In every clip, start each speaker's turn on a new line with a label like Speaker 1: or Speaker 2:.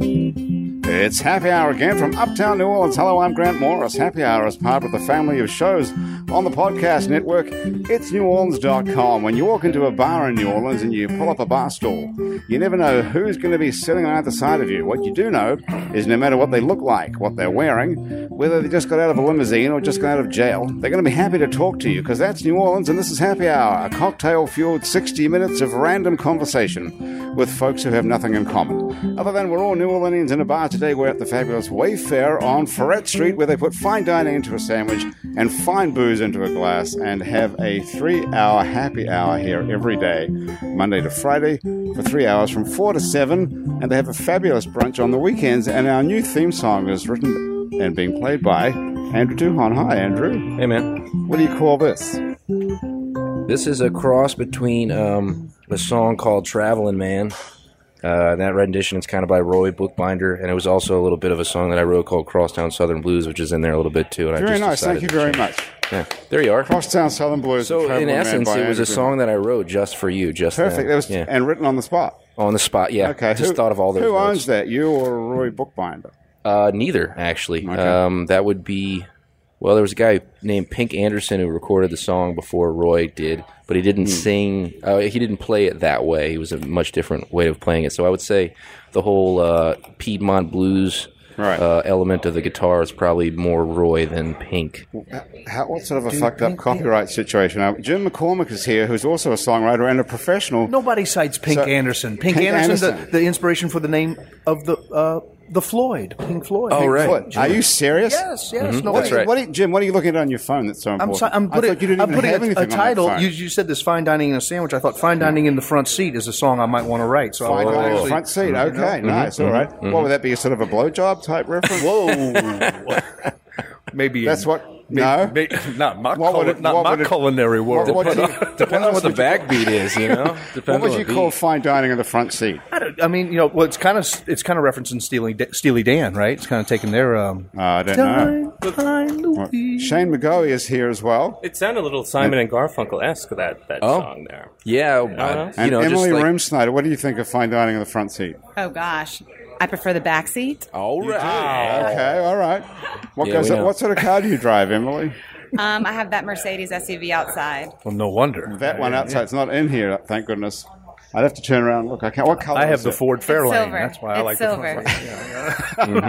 Speaker 1: It's Happy Hour again from Uptown New Orleans. Hello, I'm Grant Morris. Happy Hour is part of the family of shows on the podcast network. It's neworleans.com. When you walk into a bar in New Orleans and you pull up a bar stool, you never know who's going to be sitting on either side of you. What you do know is no matter what they look like, what they're wearing, whether they just got out of a limousine or just got out of jail, they're going to be happy to talk to you because that's New Orleans and this is Happy Hour, a cocktail fueled 60 minutes of random conversation with folks who have nothing in common. Other than we're all New Orleanians in a bar today, we're at the fabulous Wayfair on Ferret Street where they put fine dining into a sandwich and fine booze into a glass and have a three hour happy hour here every day, Monday to Friday, for three hours from four to seven. And they have a fabulous brunch on the weekends. And our new theme song is written and being played by Andrew Duhon. Hi, Andrew.
Speaker 2: Hey, man.
Speaker 1: What do you call this?
Speaker 2: This is a cross between um, a song called Traveling Man. Uh, that rendition is kind of by Roy Bookbinder, and it was also a little bit of a song that I wrote called Crosstown Southern Blues, which is in there a little bit too. And I
Speaker 1: Very
Speaker 2: just
Speaker 1: nice. Thank
Speaker 2: decided
Speaker 1: you
Speaker 2: to
Speaker 1: very
Speaker 2: change-
Speaker 1: much.
Speaker 2: Yeah, there you are.
Speaker 1: Crosstown Southern Blues.
Speaker 2: So
Speaker 1: Traveling
Speaker 2: in
Speaker 1: Man
Speaker 2: essence,
Speaker 1: by
Speaker 2: it was a
Speaker 1: Andrew
Speaker 2: song that I wrote just for you, just
Speaker 1: Duhon. Perfect.
Speaker 2: That
Speaker 1: That was
Speaker 2: yeah.
Speaker 1: and written on the spot.
Speaker 2: on the spot. Yeah,
Speaker 1: Okay.
Speaker 2: Just
Speaker 1: who-
Speaker 2: thought of all those.
Speaker 1: Who
Speaker 2: notes.
Speaker 1: owns that? You or Roy Bookbinder?
Speaker 2: Uh, neither, actually. Um, that would be. Well, there was a guy named Pink Anderson who recorded the song before Roy did, but he didn't sing. Uh, he didn't play it that way. It was a much different way of playing it. So I would say the whole uh, Piedmont blues
Speaker 1: Right.
Speaker 2: uh, element of the guitar is probably more Roy than Pink.
Speaker 1: How, what sort of a fucked up copyright situation? Uh, Jim McCormick is here, who's also a songwriter and a professional.
Speaker 3: Nobody cites Pink
Speaker 1: So-
Speaker 3: Anderson. Pink,
Speaker 1: Pink
Speaker 3: Anderson's
Speaker 1: Anderson.
Speaker 3: The, the inspiration for the name of the uh, the Floyd, Pink Floyd. Mm-hmm.
Speaker 2: Oh, right.
Speaker 1: What? Are you serious?
Speaker 3: Yes, yes. No
Speaker 1: What,
Speaker 3: way.
Speaker 2: right.
Speaker 1: what are you- Jim, what are you looking at on your phone that's so
Speaker 3: I'm,
Speaker 1: important?
Speaker 3: so, I'm
Speaker 1: I
Speaker 3: putting,
Speaker 1: thought you didn't
Speaker 3: I'm
Speaker 1: even
Speaker 3: putting
Speaker 1: have
Speaker 3: a,
Speaker 1: anything
Speaker 3: a title.
Speaker 1: on that phone.
Speaker 3: you, you said this fine dining in a sandwich. I thought fine dining in the front seat is a song I might want to write. So
Speaker 1: Fine,
Speaker 3: I
Speaker 1: on the
Speaker 3: actually- Mm-hmm.
Speaker 1: front seat. Okay, nice. All right. What would that be? A sort of a blowjob type reference? Whoa.
Speaker 3: maybe
Speaker 1: That's what. No.
Speaker 3: not my,
Speaker 1: What would cul- it- not what my would it-
Speaker 3: culinary world.
Speaker 1: What do you-
Speaker 2: Depends on what the backbeat is, you know. Depends
Speaker 1: what would
Speaker 2: on
Speaker 1: you
Speaker 2: the
Speaker 1: call
Speaker 2: beat.
Speaker 1: fine dining in the front seat? Uh,
Speaker 3: I, don't- I mean, you know, well, it's kind of it's kind of referencing Steely, Da- Steely Dan, right? It's kind of taking their. Um,
Speaker 1: Uh, I don't know.
Speaker 3: know.
Speaker 1: Shane McGoey is here as well.
Speaker 4: It sounded a little Simon and Garfunkel esque that that
Speaker 2: Oh.
Speaker 4: song there.
Speaker 2: Yeah, uh,
Speaker 4: And
Speaker 2: you
Speaker 1: And
Speaker 2: know,
Speaker 1: Emily
Speaker 2: just like,
Speaker 1: Roomsnyder, what do you think of fine dining in the front seat?
Speaker 5: Oh gosh, I prefer the back seat.
Speaker 2: all right.
Speaker 3: Oh,
Speaker 1: Okay, all right. What
Speaker 2: Yeah,
Speaker 1: goes
Speaker 2: we
Speaker 1: up?
Speaker 2: know.
Speaker 1: What sort of car do you drive, Emily?
Speaker 5: Um, I have that Mercedes SUV outside.
Speaker 3: Well, no wonder
Speaker 1: That one outside. It's not in here. Thank goodness. I'd have to turn around. And look, I can't. What color?
Speaker 3: I have
Speaker 1: is
Speaker 3: the
Speaker 1: it?
Speaker 3: Ford Fairlane.
Speaker 5: It's silver.
Speaker 3: That's why I
Speaker 5: it's
Speaker 3: like
Speaker 5: silver.
Speaker 3: the Ford.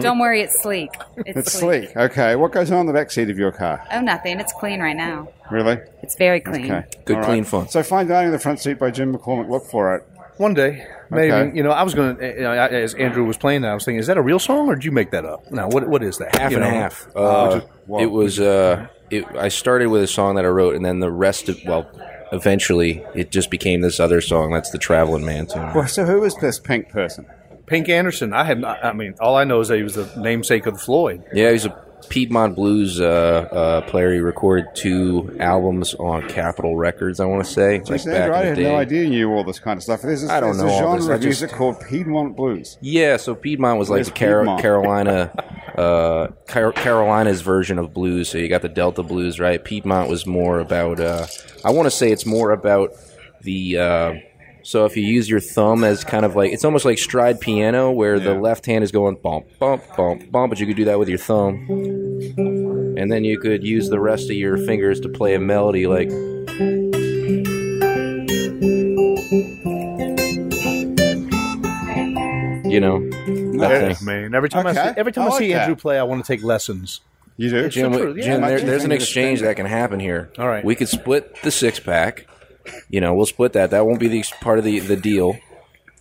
Speaker 5: Don't worry, it's sleek. It's,
Speaker 1: It's sleek. Okay. What goes on in the back seat of your car?
Speaker 5: Oh, nothing. It's clean right now.
Speaker 1: Really?
Speaker 5: It's very clean.
Speaker 1: Okay.
Speaker 2: Good,
Speaker 1: All right.
Speaker 2: clean fun.
Speaker 1: So fine dining in the front seat by Jim McCormick. Look for it.
Speaker 3: One day, maybe
Speaker 1: Okay.
Speaker 3: you know. I was going to, you know, I- as Andrew was playing that, I was thinking, is that a real song or did you make that up? Now, what what is that?
Speaker 2: half
Speaker 3: You
Speaker 2: and a
Speaker 3: know?
Speaker 2: half. Uh,
Speaker 1: Wow.
Speaker 2: it was. Uh, it, I started with a song that I wrote, and then the rest of well, eventually it just became this other song. That's the Traveling Man tune.
Speaker 1: Well, so who is this pink person?
Speaker 3: Pink Anderson. I have. Not, I mean, all I know is that he was the namesake of Floyd.
Speaker 2: Yeah, he's a Piedmont blues uh, uh, player. He recorded two albums on Capitol Records. I want to say like
Speaker 1: Geez, Andrew, I
Speaker 2: back in
Speaker 1: had
Speaker 2: the day.
Speaker 1: no idea you knew all this kind of stuff. There's this,
Speaker 2: I don't
Speaker 1: there's
Speaker 2: know
Speaker 1: a genre
Speaker 2: all this. I
Speaker 1: of
Speaker 2: just-
Speaker 1: music called Piedmont blues.
Speaker 2: Yeah, so Piedmont was like
Speaker 1: Where's
Speaker 2: the Car-
Speaker 1: Piedmont?
Speaker 2: Carolina, uh, Car- Carolina's version of blues. So you got the Delta blues, right? Piedmont was more about. Uh, I want to say it's more about the. Uh, so if you use your thumb as kind of like it's almost like stride piano, where the left hand is going bump, bump, bump, bump, but you could do that with your thumb, and then you could use the rest of your fingers to play a melody like. You know, that thing.
Speaker 3: man. Every time I
Speaker 1: Okay.
Speaker 3: see, every time
Speaker 1: I
Speaker 3: I,
Speaker 1: like
Speaker 3: see
Speaker 1: that.
Speaker 3: Andrew play, I want to take lessons.
Speaker 1: You do?
Speaker 2: Jim,
Speaker 3: the truth, yeah.
Speaker 2: Jim, there,
Speaker 1: Imagine
Speaker 2: there's an
Speaker 1: fingers
Speaker 2: exchange
Speaker 1: finger.
Speaker 2: that can happen here.
Speaker 3: All right.
Speaker 2: we could split the six pack. You know, we'll split that. That won't be the ex- part of the the deal.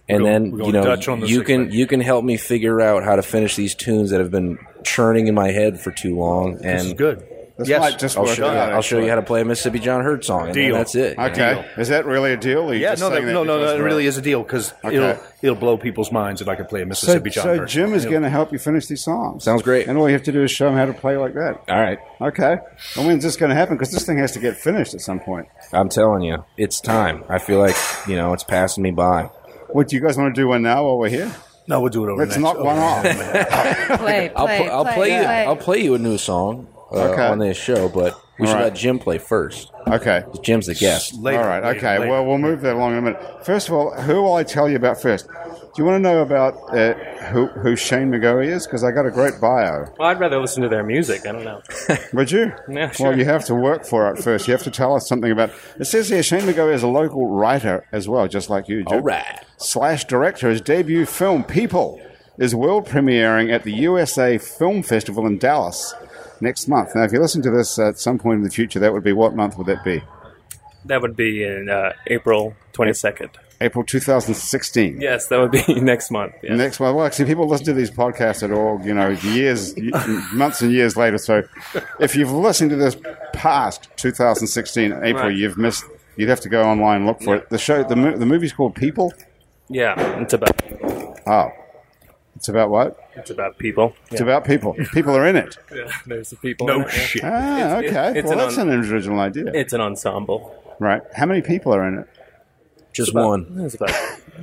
Speaker 2: And
Speaker 3: We're
Speaker 2: then
Speaker 3: going- we're
Speaker 2: you
Speaker 3: going
Speaker 2: know
Speaker 3: Dutch on the
Speaker 2: you
Speaker 3: six
Speaker 2: can
Speaker 3: pack.
Speaker 2: you can help me figure out how to finish these tunes that have been churning in my head for too long. And
Speaker 3: This is good.
Speaker 1: This
Speaker 3: yes.
Speaker 1: might just
Speaker 2: I'll
Speaker 1: work
Speaker 2: show you.
Speaker 1: out,
Speaker 2: I'll show you
Speaker 1: actually.
Speaker 2: how to play a Mississippi John Hurt song. and then
Speaker 3: Deal.
Speaker 2: that's it.
Speaker 1: Okay. Is that really a deal? or you
Speaker 3: yeah,
Speaker 1: just
Speaker 3: no, that,
Speaker 1: saying
Speaker 3: no, no,
Speaker 1: because
Speaker 3: no. It
Speaker 1: we're-
Speaker 3: really is a deal because
Speaker 1: Okay.
Speaker 3: it'll it'll blow people's minds if I could play a
Speaker 1: So,
Speaker 3: Mississippi John.
Speaker 1: so
Speaker 3: Hurt.
Speaker 1: Jim is
Speaker 3: Yeah.
Speaker 1: going to help you finish these songs.
Speaker 2: Sounds great.
Speaker 1: And all you have to do is show him how to play like that.
Speaker 2: All right,
Speaker 1: Okay. And when's this going to happen? Because this thing has to get finished at some point.
Speaker 2: I'm telling you, it's time. I feel like you know it's passing me by.
Speaker 1: What do you guys want to do one now while we're here?
Speaker 3: No, we'll do it over.
Speaker 1: Let's
Speaker 3: next.
Speaker 1: not
Speaker 3: over
Speaker 1: one off.
Speaker 3: next.
Speaker 5: Play, play,
Speaker 2: I'll,
Speaker 5: play,
Speaker 2: pl- I'll play, you.
Speaker 5: play.
Speaker 2: I'll play you a new song uh,
Speaker 1: Okay.
Speaker 2: on this show, but we should
Speaker 1: All right.
Speaker 2: let Jim play first.
Speaker 1: Okay.
Speaker 2: Jim's the guest.
Speaker 3: Later,
Speaker 1: all right.
Speaker 3: later,
Speaker 1: okay.
Speaker 3: later.
Speaker 1: Well, we'll move that along in a minute. First of all, who will I tell you about first? Do you want to know about uh, who, who Shane McGoey is? Because I got a great bio.
Speaker 4: Well, I'd rather listen to their music. I don't know.
Speaker 1: Would you?
Speaker 4: Yeah,
Speaker 1: Well,
Speaker 4: sure.
Speaker 1: you have to work for it first. You have to tell us something about. It says here Shane McGoey is a local writer as well, just like you. Jim.
Speaker 2: All right.
Speaker 1: Slash director. His debut film, People, is world premiering at the USA Film Festival in Dallas next month. Now, if you listen to this at some point in the future, that would be what month would that be?
Speaker 4: That would be in uh, April 22nd.
Speaker 1: April 2016.
Speaker 4: Yes, that would be next month. yes.
Speaker 1: Next one. Well, actually, people listen to these podcasts at all, you know, years, months and years later. So if you've listened to this past 2016 April,
Speaker 4: Right.
Speaker 1: you've missed, you'd have to go online and look for it. The show, the, mo- the movie's called People.
Speaker 4: Yeah, it's about
Speaker 1: Oh, it's about what?
Speaker 4: it's about people.
Speaker 1: It's about people. People are in it.
Speaker 4: Yeah, there's the people. in
Speaker 3: No
Speaker 4: it, yeah.
Speaker 3: shit.
Speaker 1: Ah,
Speaker 4: It's-
Speaker 1: okay.
Speaker 4: it's
Speaker 1: well,
Speaker 4: an
Speaker 1: that's
Speaker 4: un-
Speaker 1: an original idea.
Speaker 4: It's an ensemble.
Speaker 1: right. How many people are in it?
Speaker 2: Just
Speaker 4: About-
Speaker 2: one.
Speaker 4: It's about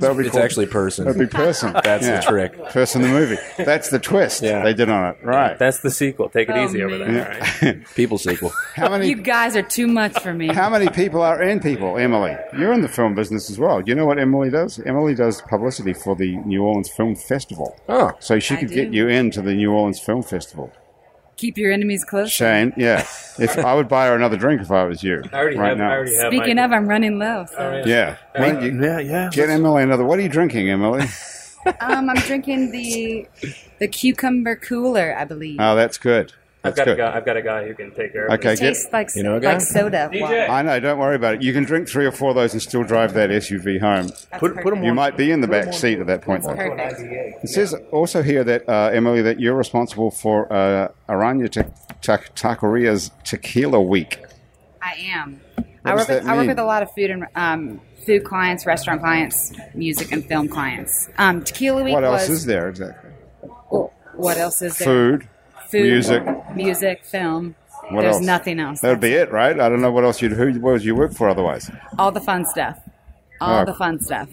Speaker 1: That would be
Speaker 2: It's
Speaker 1: called-
Speaker 2: actually a
Speaker 1: That'd
Speaker 2: person.
Speaker 1: be person.
Speaker 2: That's the trick.
Speaker 1: Person the movie. That's the twist
Speaker 2: Yeah.
Speaker 1: they did on it. Right.
Speaker 4: that's the sequel. Take it
Speaker 5: Oh,
Speaker 4: easy over there.
Speaker 5: man.
Speaker 4: all right?
Speaker 2: People sequel.
Speaker 1: How many?
Speaker 5: You guys are too much for me.
Speaker 1: How many people are in people, Emily? You're in the film business as well. You know what Emily does? Emily does publicity for the New Orleans Film Festival.
Speaker 2: Oh.
Speaker 1: So she
Speaker 5: I
Speaker 1: could
Speaker 5: do.
Speaker 1: get you into the New Orleans Film Festival.
Speaker 5: Keep your enemies close.
Speaker 1: Shane, yeah. If I would buy her another drink if I was you.
Speaker 4: I already
Speaker 1: right
Speaker 4: have.
Speaker 1: now.
Speaker 4: I already Uh, have.
Speaker 5: Speaking
Speaker 4: my,
Speaker 5: of, I'm running low. So.
Speaker 1: Yeah. Why don't you
Speaker 3: Yeah, yeah.
Speaker 1: get Emily another. What are you drinking, Emily?
Speaker 5: Um, I'm drinking the the cucumber cooler, I believe.
Speaker 1: Oh, that's good.
Speaker 4: I've
Speaker 1: That's
Speaker 4: got a
Speaker 1: good.
Speaker 4: guy. I've got a guy who can take care. of
Speaker 1: Okay,
Speaker 5: it
Speaker 1: get.
Speaker 5: tastes like
Speaker 2: You know a guy?
Speaker 5: like soda. water.
Speaker 1: I know. Don't worry about it. You can drink three or four of those and still drive that SUV home.
Speaker 5: That's
Speaker 3: Put- put 'em
Speaker 5: perfect.
Speaker 1: You might be in the back seat at that point, though.
Speaker 5: Perfect.
Speaker 1: It says also here that uh, Emily, that you're responsible for uh, Aranya te- te- Takaria's Tequila Week.
Speaker 5: I am. I
Speaker 1: does
Speaker 5: work, with,
Speaker 1: that
Speaker 5: I work
Speaker 1: mean?
Speaker 5: with a lot of food and um, food clients, restaurant clients, music and film clients. Um, Tequila Week
Speaker 1: What else
Speaker 5: was.
Speaker 1: is there exactly?
Speaker 5: oh, what else is there?
Speaker 1: Food.
Speaker 5: Food,
Speaker 1: music.
Speaker 5: music, film.
Speaker 1: What
Speaker 5: There's
Speaker 1: else?
Speaker 5: nothing else.
Speaker 1: That would be it, right? I don't know what else you'd who what would you work for otherwise.
Speaker 5: All the fun stuff. All
Speaker 1: Oh.
Speaker 5: the fun stuff.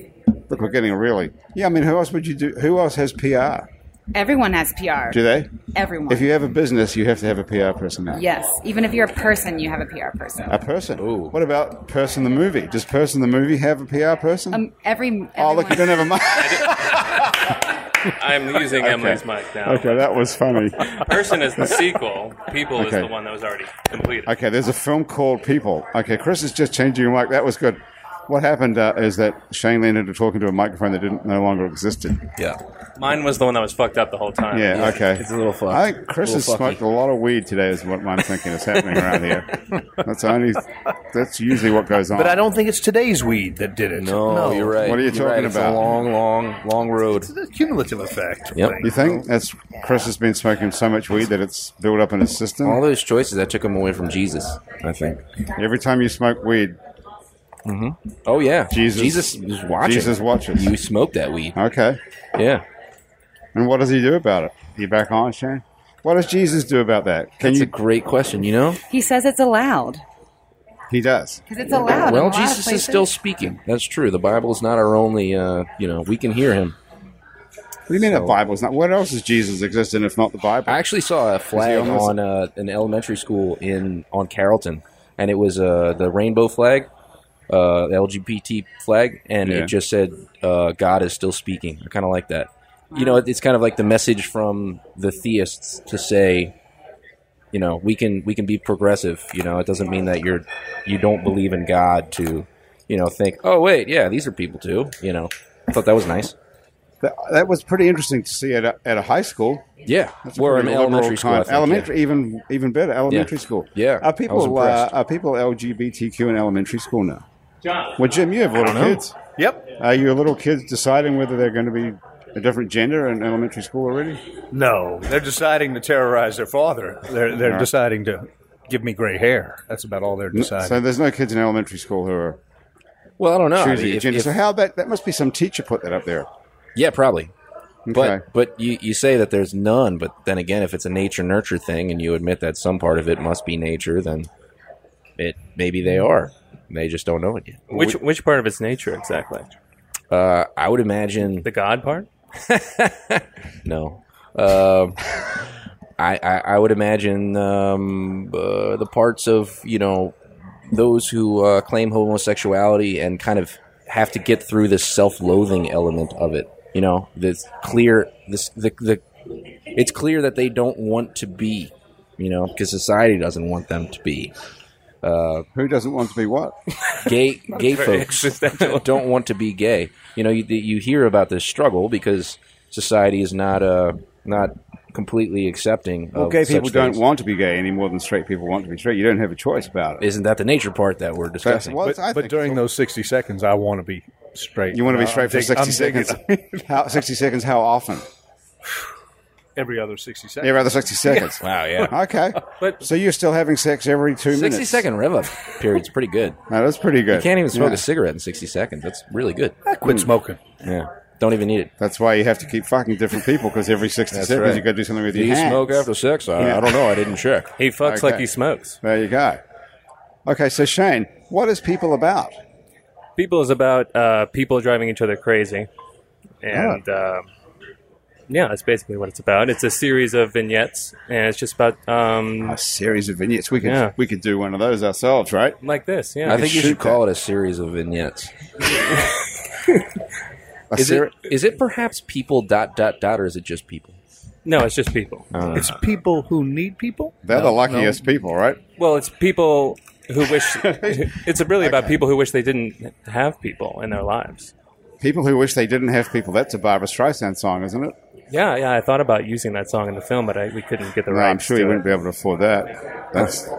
Speaker 1: Look, we're getting really. Yeah, I mean, who else would you do? Who else has PR?
Speaker 5: Everyone has PR.
Speaker 1: Do they?
Speaker 5: Everyone.
Speaker 1: If you have a business, you have to have a PR person now.
Speaker 5: yes, even if you're a person, you have a PR person.
Speaker 1: A person.
Speaker 2: Ooh.
Speaker 1: What about person the movie? Does person the movie have a PR person?
Speaker 5: Um, every.
Speaker 1: oh, look, you don't
Speaker 5: everyone-
Speaker 1: have a mic.
Speaker 4: I'm using Emily's mic now.
Speaker 1: okay, that was funny.
Speaker 4: Person is the sequel. People is
Speaker 1: Okay.
Speaker 4: the one that was already completed.
Speaker 1: Okay, there's a film called People. Okay, Chris is just changing your mic. That was good. What happened uh, is that Shane leaned into talking to a microphone that didn't no longer existed.
Speaker 2: Yeah.
Speaker 4: Mine was the one that was fucked up the whole time.
Speaker 1: Yeah, okay.
Speaker 2: it's a little fucked.
Speaker 1: I think Chris
Speaker 2: A
Speaker 1: has
Speaker 2: little fucky.
Speaker 1: smoked a lot of weed today. Is what I'm thinking is happening around here. That's only. That's usually what goes on.
Speaker 3: But I don't think it's today's weed that did it.
Speaker 2: No, you're right.
Speaker 1: What are you
Speaker 2: You're right.
Speaker 1: talking
Speaker 2: It's
Speaker 1: about?
Speaker 2: a long, long, long road.
Speaker 3: It's a cumulative effect.
Speaker 2: Yep.
Speaker 1: You think that's Chris has been smoking so much weed that it's built up in his system.
Speaker 2: All those choices that took him away from Jesus, I think.
Speaker 1: Every time you smoke weed,
Speaker 2: Oh yeah,
Speaker 1: Jesus-
Speaker 2: Jesus was watching.
Speaker 1: Jesus watches.
Speaker 2: You smoked that weed.
Speaker 1: okay.
Speaker 2: Yeah.
Speaker 1: And what does he do about it? You back on, Shane? What does Jesus do about that? Can
Speaker 2: It's
Speaker 1: you?
Speaker 2: a great question. You know.
Speaker 5: He says it's allowed
Speaker 1: he does.
Speaker 5: because it's allowed. in a
Speaker 2: Well,
Speaker 5: lot of
Speaker 2: Jesus is
Speaker 5: places.
Speaker 2: still speaking. That's true. The Bible is not our only. Uh, you know, we can hear him.
Speaker 1: What do you mean the Bible's not? What else does Jesus exist in if not the Bible?
Speaker 2: I actually saw a flag
Speaker 1: almost-
Speaker 2: on uh, an elementary school in on Carrollton, and it was uh, the rainbow flag, uh, the LGBT flag, and
Speaker 1: Yeah.
Speaker 2: it just said uh, God is still speaking. I kind of like that. You know, it- it's kind of like the message from the theists to say, you know, we can we can be progressive. You know, it doesn't mean that you're you don't believe in God to, you know, think, oh wait, yeah, these are people too. You know, I thought that was nice.
Speaker 1: That, that was pretty interesting to see at a, at a high school.
Speaker 2: Yeah,
Speaker 1: That's a
Speaker 2: we're an
Speaker 1: pretty liberal
Speaker 2: elementary school. I
Speaker 1: kind-
Speaker 2: think, yeah.
Speaker 1: elementary, even even better, elementary
Speaker 2: Yeah.
Speaker 1: school.
Speaker 2: Yeah, I
Speaker 1: are
Speaker 2: was
Speaker 1: people uh,
Speaker 2: impressed.
Speaker 1: are people LGBTQ in elementary school now?
Speaker 4: John.
Speaker 1: Well, Jim, you have little
Speaker 2: know.
Speaker 1: kids.
Speaker 3: Yep.
Speaker 1: Are your little kids deciding whether they're going to be a different gender in elementary school already?
Speaker 3: No, they're deciding to terrorize their father. They're they're
Speaker 1: Right.
Speaker 3: deciding to give me gray hair. That's about all they're deciding.
Speaker 1: So there's no kids in elementary school who are
Speaker 2: Well, I don't know. I
Speaker 1: choosing
Speaker 2: mean,
Speaker 1: a
Speaker 2: if-
Speaker 1: gender.
Speaker 2: if-
Speaker 1: so how that that must be some teacher put that up there.
Speaker 2: Yeah, probably. But
Speaker 1: Okay.
Speaker 2: but you, you say that there's none, but then again, if it's a nature nurture thing, and you admit that some part of it must be nature, then it maybe they are. They just don't know it yet.
Speaker 4: Which which part of its nature exactly?
Speaker 2: Uh, I would imagine
Speaker 4: The God part?
Speaker 2: No. Um I, I, I would imagine um, uh, the parts of, you know, those who uh, claim homosexuality and kind of have to get through this self loathing element of it. You know, this clear, this, the, the, it's clear that they don't want to be, you know, because society doesn't want them to be.
Speaker 1: Who doesn't want to be what?
Speaker 2: gay gay folks don't want to be gay. You know, you, you hear about this struggle because society is not uh not completely accepting.
Speaker 1: Well,
Speaker 2: of
Speaker 1: gay
Speaker 2: such
Speaker 1: people don't
Speaker 2: things.
Speaker 1: want to be gay any more than straight people want to be straight. You don't have a choice about it.
Speaker 2: Isn't that the nature part that we're discussing?
Speaker 1: Well,
Speaker 3: But,
Speaker 1: I
Speaker 3: but
Speaker 1: think
Speaker 3: during those 60 seconds, I want to be straight.
Speaker 1: you want to be
Speaker 3: Uh,
Speaker 1: straight for
Speaker 3: I'm dig- I'm
Speaker 1: sixty
Speaker 3: digging
Speaker 1: seconds. how, sixty seconds? How often?
Speaker 3: Every other 60 seconds.
Speaker 1: Every other sixty seconds.
Speaker 2: Wow, yeah.
Speaker 1: Okay,
Speaker 4: But-
Speaker 1: so you're still having sex every two minutes.
Speaker 2: Sixty second rev up period's pretty good.
Speaker 1: No, that's pretty good.
Speaker 2: You can't even smoke
Speaker 1: Yeah.
Speaker 2: a cigarette in sixty seconds. That's really good. Hmm.
Speaker 3: I quit smoking.
Speaker 2: Yeah. Don't even need it.
Speaker 1: That's why you have to keep fucking different people because every sixty seconds
Speaker 2: right.
Speaker 1: you got to do something with
Speaker 2: Do
Speaker 1: your
Speaker 2: you
Speaker 1: hands.
Speaker 2: smoke after sex? I,
Speaker 1: Yeah.
Speaker 2: I don't know. I didn't check.
Speaker 4: He fucks
Speaker 1: Okay.
Speaker 4: like he smokes.
Speaker 1: There you go. Okay, so Shane, what is people about?
Speaker 4: People is about uh, people driving each other crazy, and um yeah, that's basically what it's about. It's a series of vignettes, and it's just about um,
Speaker 1: A series of vignettes. We could
Speaker 4: Yeah.
Speaker 1: we could do one of those ourselves, right?
Speaker 4: like this. Yeah,
Speaker 2: I think you
Speaker 1: shoot
Speaker 2: should call it a series of vignettes.
Speaker 1: A
Speaker 2: Is
Speaker 1: seri-
Speaker 2: it is it perhaps people dot dot dot or is it just people?
Speaker 4: no, it's just people.
Speaker 1: Uh.
Speaker 3: It's people who need people.
Speaker 1: They're the luckiest people, right?
Speaker 4: Well, it's people who wish. it's really about people who wish they didn't have people in their lives.
Speaker 1: People who wish they didn't have people. That's a Barbara Streisand song, isn't it?
Speaker 4: Yeah, yeah. I thought about using that song in the film, but I, we couldn't get the
Speaker 1: No,
Speaker 4: rights.
Speaker 1: I'm sure you
Speaker 4: to
Speaker 1: wouldn't
Speaker 4: it.
Speaker 1: be able to afford that. That's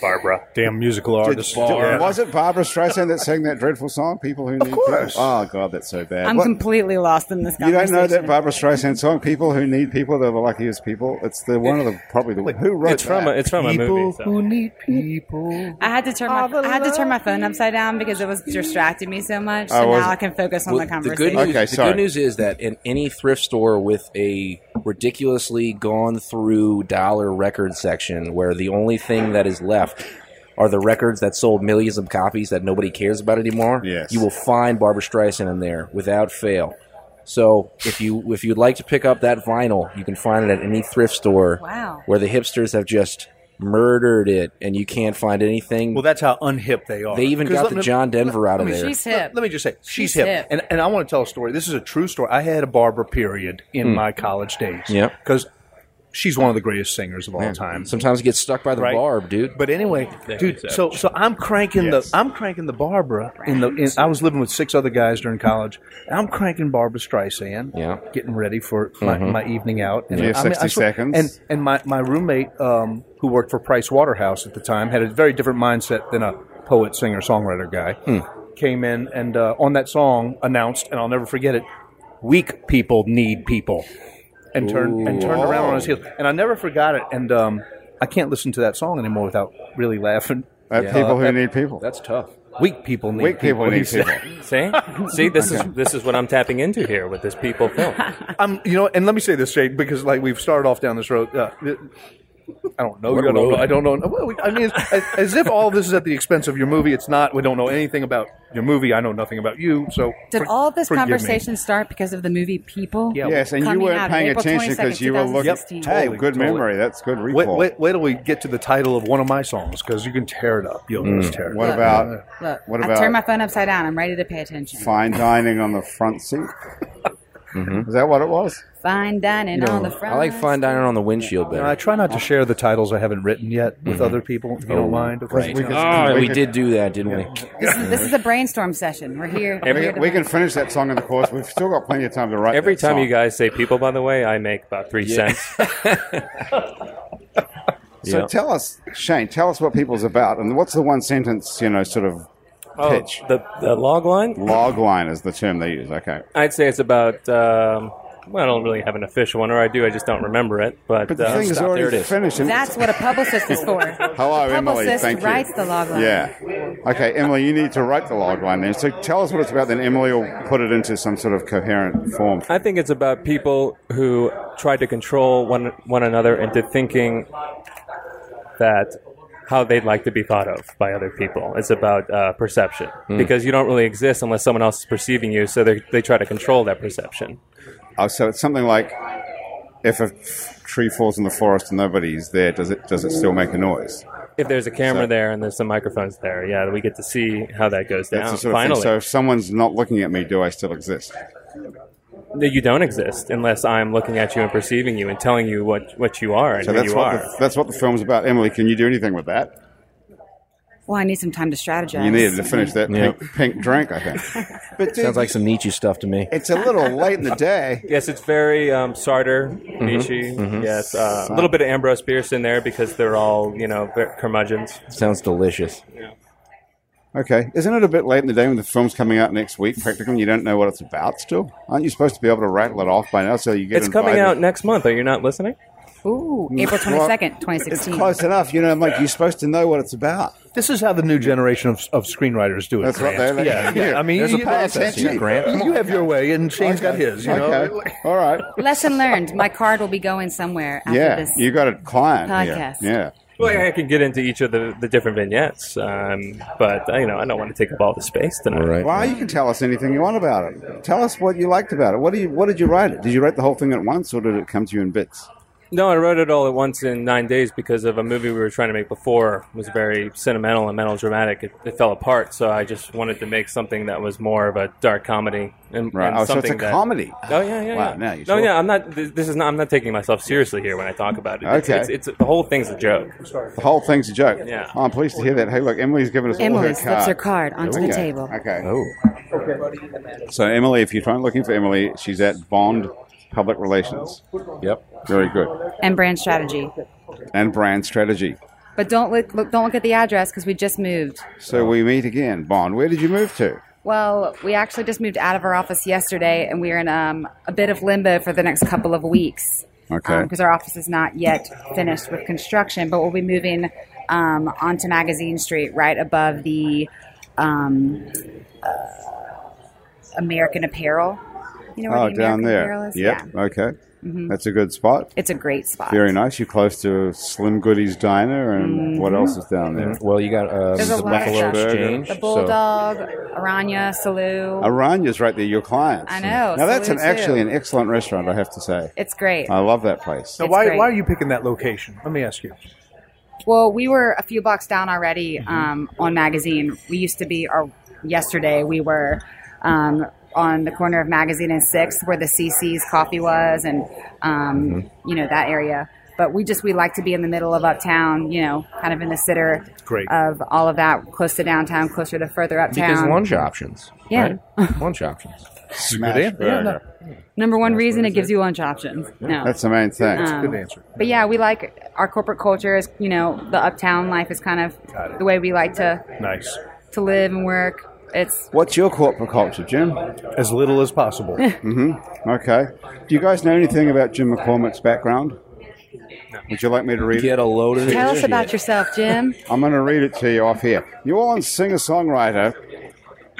Speaker 4: Barbara.
Speaker 3: Damn musical artists.
Speaker 1: was it Barbara Streisand that sang that dreadful song? People who need
Speaker 3: course.
Speaker 1: people. Oh God, that's so bad.
Speaker 5: I'm
Speaker 1: What-
Speaker 5: completely lost in this
Speaker 1: you don't
Speaker 5: conversation.
Speaker 1: know that Barbara Streisand song? People who need people. They're the luckiest people. It's the one of the probably the who wrote
Speaker 4: It's from a,
Speaker 1: that?
Speaker 4: it's from a
Speaker 3: people
Speaker 4: movie.
Speaker 3: who
Speaker 4: So.
Speaker 3: need people.
Speaker 5: I had to turn my I had to turn my phone upside down because it was distracting me so much.
Speaker 1: Oh,
Speaker 5: So
Speaker 1: was
Speaker 5: now
Speaker 1: it?
Speaker 5: I can focus on
Speaker 2: Well,
Speaker 5: the conversation.
Speaker 2: good news,
Speaker 1: Okay,
Speaker 2: the
Speaker 1: sorry.
Speaker 2: good news is that in any thrift store with a ridiculously gone through dollar record section, where the only thing that is left are the records that sold millions of copies that nobody cares about anymore.
Speaker 1: Yes.
Speaker 2: you will find Barbara Streisand in there without fail. So if you if you'd like to pick up that vinyl, you can find it at any thrift store.
Speaker 5: Wow.
Speaker 2: where the hipsters have just murdered it, and you can't find anything.
Speaker 3: Well, that's how unhip they are.
Speaker 2: they even
Speaker 3: 'Cause
Speaker 2: got
Speaker 3: let
Speaker 2: the
Speaker 3: me-
Speaker 2: John Denver out of
Speaker 3: let me-
Speaker 2: there.
Speaker 5: She's hip.
Speaker 3: Let, let me just say, she's,
Speaker 5: She's
Speaker 3: hip.
Speaker 5: hip.
Speaker 3: And, and I want to tell a story. This is a true story. I had a barber period
Speaker 1: Hmm.
Speaker 3: in my college days.
Speaker 2: Yep.
Speaker 3: Because she's one of the greatest singers of all time.
Speaker 2: Sometimes you get stuck by the
Speaker 3: Right.
Speaker 2: barb, dude.
Speaker 3: But anyway, dude. So so I'm cranking
Speaker 1: Yes.
Speaker 3: the I'm cranking the Barbara in the. In, I was living with six other guys during college. And I'm cranking Barbara Streisand.
Speaker 2: Yeah.
Speaker 3: Getting ready for my, my evening out. And
Speaker 1: Yeah,
Speaker 3: I
Speaker 1: 60 seconds.
Speaker 3: And and my my roommate um, who worked for Price Waterhouse at the time had a very different mindset than a poet, singer, songwriter guy. Came in and uh, on that song announced, and I'll never forget it. Weak people need people and turned and turned around on his heels. And I never forgot it. And um, I can't listen to that song anymore without really laughing.
Speaker 1: At
Speaker 2: Yeah.
Speaker 1: people who
Speaker 3: Uh,
Speaker 1: need people.
Speaker 2: That's tough.
Speaker 3: Weak people need
Speaker 1: Weak people
Speaker 3: he
Speaker 1: need
Speaker 3: said.
Speaker 1: people.
Speaker 4: See, see, this is this is what I'm tapping into here with this people film.
Speaker 3: I'm, you know, and let me say this, Jay, because like we've started off down this road. Uh, th- I don't know.
Speaker 2: What
Speaker 3: you. I don't
Speaker 2: road?
Speaker 3: know. I don't know. Well, we- I mean, it's- as, as if all this is at the expense of your movie. It's not. We don't know anything about your movie. I know nothing about you. So
Speaker 5: Did
Speaker 3: for-
Speaker 5: all this
Speaker 3: forgive me.
Speaker 5: conversation start because of the movie People?
Speaker 3: Yeah.
Speaker 1: Yes, and you
Speaker 5: Coming
Speaker 1: weren't
Speaker 5: out
Speaker 1: paying
Speaker 5: April
Speaker 1: attention
Speaker 5: 22nd,
Speaker 1: because you were looking. hey,
Speaker 5: 2016.
Speaker 3: Totally,
Speaker 1: good
Speaker 3: totally.
Speaker 1: memory. That's good
Speaker 3: Wait,
Speaker 1: recall.
Speaker 3: wait, wait till we get to the title of one of my songs because you can tear it up. You'll
Speaker 2: Mm.
Speaker 3: just tear it
Speaker 1: What
Speaker 3: up.
Speaker 1: about
Speaker 5: Look,
Speaker 1: What
Speaker 5: I
Speaker 1: about-
Speaker 5: turned my phone upside down. I'm ready to pay attention.
Speaker 1: fine dining on the front seat? Is that what it was?
Speaker 5: Fine dining
Speaker 3: You know,
Speaker 5: on the front.
Speaker 2: I like fine dining on the windshield
Speaker 3: I
Speaker 2: better.
Speaker 3: try not to share the titles I haven't written yet with other people, if you don't mind. because
Speaker 2: right.
Speaker 3: we can-
Speaker 2: Oh,
Speaker 1: we
Speaker 2: we
Speaker 1: could-
Speaker 2: did do that, didn't we?
Speaker 5: This is, this is a brainstorm session. We're here. we're
Speaker 1: We
Speaker 5: here
Speaker 1: can, we
Speaker 5: tonight.
Speaker 1: can finish that song in the course. We've still got plenty of time to write.
Speaker 4: Every
Speaker 1: that
Speaker 4: time
Speaker 1: song.
Speaker 4: you guys say people, by the way, I make about three cents.
Speaker 1: So
Speaker 4: Yeah.
Speaker 1: tell us, Shane. Tell us what people's about, and what's the one sentence you know, sort of
Speaker 2: Oh.
Speaker 1: pitch?
Speaker 4: Oh, The the log line.
Speaker 1: Log line is the term they use. Okay,
Speaker 4: I'd say it's about. Um, well, I don't really have an official one, or I do. I just don't remember it. But,
Speaker 1: but the
Speaker 4: uh,
Speaker 1: thing is
Speaker 2: stop. There it
Speaker 1: already
Speaker 2: is.
Speaker 1: finished. and-
Speaker 5: That's what a publicist is for.
Speaker 1: Hello,
Speaker 5: a
Speaker 1: Emily.
Speaker 5: publicist
Speaker 1: Thank you.
Speaker 5: writes the log line.
Speaker 1: Yeah. Okay, Emily, you need to write the log line then. So tell us what it's about, then Emily will put it into some sort of coherent form.
Speaker 4: I think it's about people who try to control one one another into thinking that how they'd like to be thought of by other people. It's about uh,
Speaker 1: Hmm.
Speaker 4: perception because you don't really exist unless someone else is perceiving you. So they they try to control that perception.
Speaker 1: Oh, so it's something like if a f- tree falls in the forest and nobody's there, does it does it still make a noise?
Speaker 4: If there's a camera
Speaker 1: So-
Speaker 4: there and there's some microphones there, yeah, we get to see how that goes
Speaker 1: That's
Speaker 4: down.
Speaker 1: the sort of thing.
Speaker 4: Finally,
Speaker 1: So if someone's not looking at me, do I still exist?
Speaker 4: No, you don't exist unless I'm looking at you and perceiving you and telling you what, what you are and
Speaker 1: So
Speaker 4: who
Speaker 1: that's
Speaker 4: you
Speaker 1: what
Speaker 4: are.
Speaker 1: the, that's what the film's about. Emily, can you do anything with that?
Speaker 5: Well, I need some time to strategize.
Speaker 1: You needed to finish that
Speaker 2: Yeah.
Speaker 1: pink, pink drink, I think. But dude,
Speaker 2: Sounds like some Nietzsche stuff to me.
Speaker 1: it's a little late in the day.
Speaker 4: Yes, it's very um, Sartre, Nietzsche. Yes, uh, a little bit of Ambrose Bierce in there because they're all you know ver- curmudgeons.
Speaker 2: Sounds delicious.
Speaker 1: Okay, isn't it a bit late in the day when the film's coming out next week? Practically, and you don't know what it's about still. Aren't you supposed to be able to rattle it off by now? So you get
Speaker 4: It's coming
Speaker 1: invited?
Speaker 4: out next month. Are you not listening?
Speaker 5: Ooh, April twenty second, twenty
Speaker 1: It's
Speaker 5: sixteen.
Speaker 1: close enough, you know. I'm like, you're supposed to know what it's about.
Speaker 3: This is how the new generation of, of screenwriters do it.
Speaker 1: That's what
Speaker 3: Grant.
Speaker 1: they're like.
Speaker 3: Yeah, yeah. I mean,
Speaker 1: There's a
Speaker 3: you,
Speaker 1: process here, Grant.
Speaker 3: you have your way, and Shane's got his. You know,
Speaker 1: Okay, all right.
Speaker 5: Lesson learned. My card will be going somewhere after
Speaker 1: Yeah,
Speaker 5: this.
Speaker 1: you got a client
Speaker 5: Podcast.
Speaker 1: here.
Speaker 4: Well, yeah, I could get into each of the, the different vignettes, um, but uh, you know I don't want to take up all the space tonight.
Speaker 2: All
Speaker 1: Yeah.
Speaker 2: right.
Speaker 1: Why you can tell us anything you want about it. Tell us what you liked about it. What do you? What did you write it? Did you write the whole thing at once, or did it come to you in bits?
Speaker 4: No, I wrote it all at once in nine days because of a movie we were trying to make before It was very sentimental and melodramatic. It, it fell apart, so I just wanted to make something that was more of a dark comedy and,
Speaker 1: Right. Oh,
Speaker 4: and
Speaker 1: so it's
Speaker 4: something
Speaker 1: a
Speaker 4: that-
Speaker 1: comedy.
Speaker 4: Oh yeah, yeah.
Speaker 1: Wow,
Speaker 4: yeah.
Speaker 1: now you're
Speaker 4: no,
Speaker 1: sure.
Speaker 4: yeah. I'm not. th- This is not. I'm not taking myself seriously here when I talk about it.
Speaker 1: Okay.
Speaker 4: It's, it's, it's the whole thing's a joke.
Speaker 1: The whole thing's a joke.
Speaker 4: Yeah.
Speaker 1: Oh, I'm pleased to hear that. Hey, look, Emily's given us all her
Speaker 5: Emily
Speaker 1: card.
Speaker 5: slips her card onto the
Speaker 1: Okay,
Speaker 5: table.
Speaker 1: Okay.
Speaker 2: Oh,
Speaker 1: So, Emily, if you're trying looking for Emily, she's at Bond Public Relations.
Speaker 2: yep.
Speaker 1: Very good.
Speaker 5: And brand strategy.
Speaker 1: And brand strategy.
Speaker 5: But don't look, look don't look at the address because we just moved.
Speaker 1: So we meet again, Bond. Where did you move to?
Speaker 5: Well, we actually just moved out of our office yesterday, and we're in um, a bit of limbo for the next couple of weeks.
Speaker 1: Okay.
Speaker 5: Because our office is not yet finished with construction, but we'll be moving um, onto Magazine Street, right above the um, uh, American Apparel. You know where
Speaker 1: Oh,
Speaker 5: the
Speaker 1: down
Speaker 5: American
Speaker 1: there.
Speaker 5: Apparel is?
Speaker 1: Yep.
Speaker 5: Yeah. Mm-hmm.
Speaker 1: Okay. That's a good spot.
Speaker 5: It's a great spot.
Speaker 1: Very nice. You're close to Slim Goody's Diner, and
Speaker 5: Mm-hmm.
Speaker 1: what else is down there?
Speaker 2: Well, you got um,
Speaker 5: There's a
Speaker 2: the
Speaker 5: lot of
Speaker 2: Buffalo
Speaker 5: stuff.
Speaker 2: Exchange.
Speaker 5: The
Speaker 2: so-
Speaker 5: Bulldog, Aranya, Salou.
Speaker 1: Aranya's right there. Your clients.
Speaker 5: I know,
Speaker 1: Now that's an,
Speaker 5: salute
Speaker 1: actually
Speaker 5: too.
Speaker 1: an excellent restaurant. I have to say.
Speaker 5: it's great.
Speaker 1: I love that place.
Speaker 3: Now,
Speaker 5: It's
Speaker 3: why,
Speaker 5: great.
Speaker 3: why are you picking that location? Let me ask you.
Speaker 5: Well, we were a few blocks down already um, on Magazine. We used to be, or yesterday we were um, on the corner of Magazine and Sixth, where the CC's coffee was, and um, you know that area. But we just we like to be in the middle of uptown, you know, kind of in the center
Speaker 3: Great.
Speaker 5: of all of that, close to downtown, closer to further uptown.
Speaker 2: Because lunch options.
Speaker 5: Um, Yeah.
Speaker 2: right? lunch options.
Speaker 1: Smash
Speaker 3: answer. Yeah, no.
Speaker 1: burger.
Speaker 5: Number one reason it gives you lunch options. No,
Speaker 1: That's the main thing.
Speaker 5: Uh,
Speaker 3: Good answer.
Speaker 5: But yeah, we like our corporate culture is, you know, the uptown life is kind
Speaker 3: Got it.
Speaker 5: of the way we like to
Speaker 3: Nice.
Speaker 5: to live and work. It's
Speaker 1: What's your corporate culture, Jim?
Speaker 3: As little as possible.
Speaker 1: Okay. Do you guys know anything about Jim McCormick's background? Would you like me to read it?
Speaker 2: Get a load of
Speaker 5: tell
Speaker 2: this
Speaker 5: us about yourself, Jim.
Speaker 1: I'm going to read it to you off here. New Orleans singer-songwriter.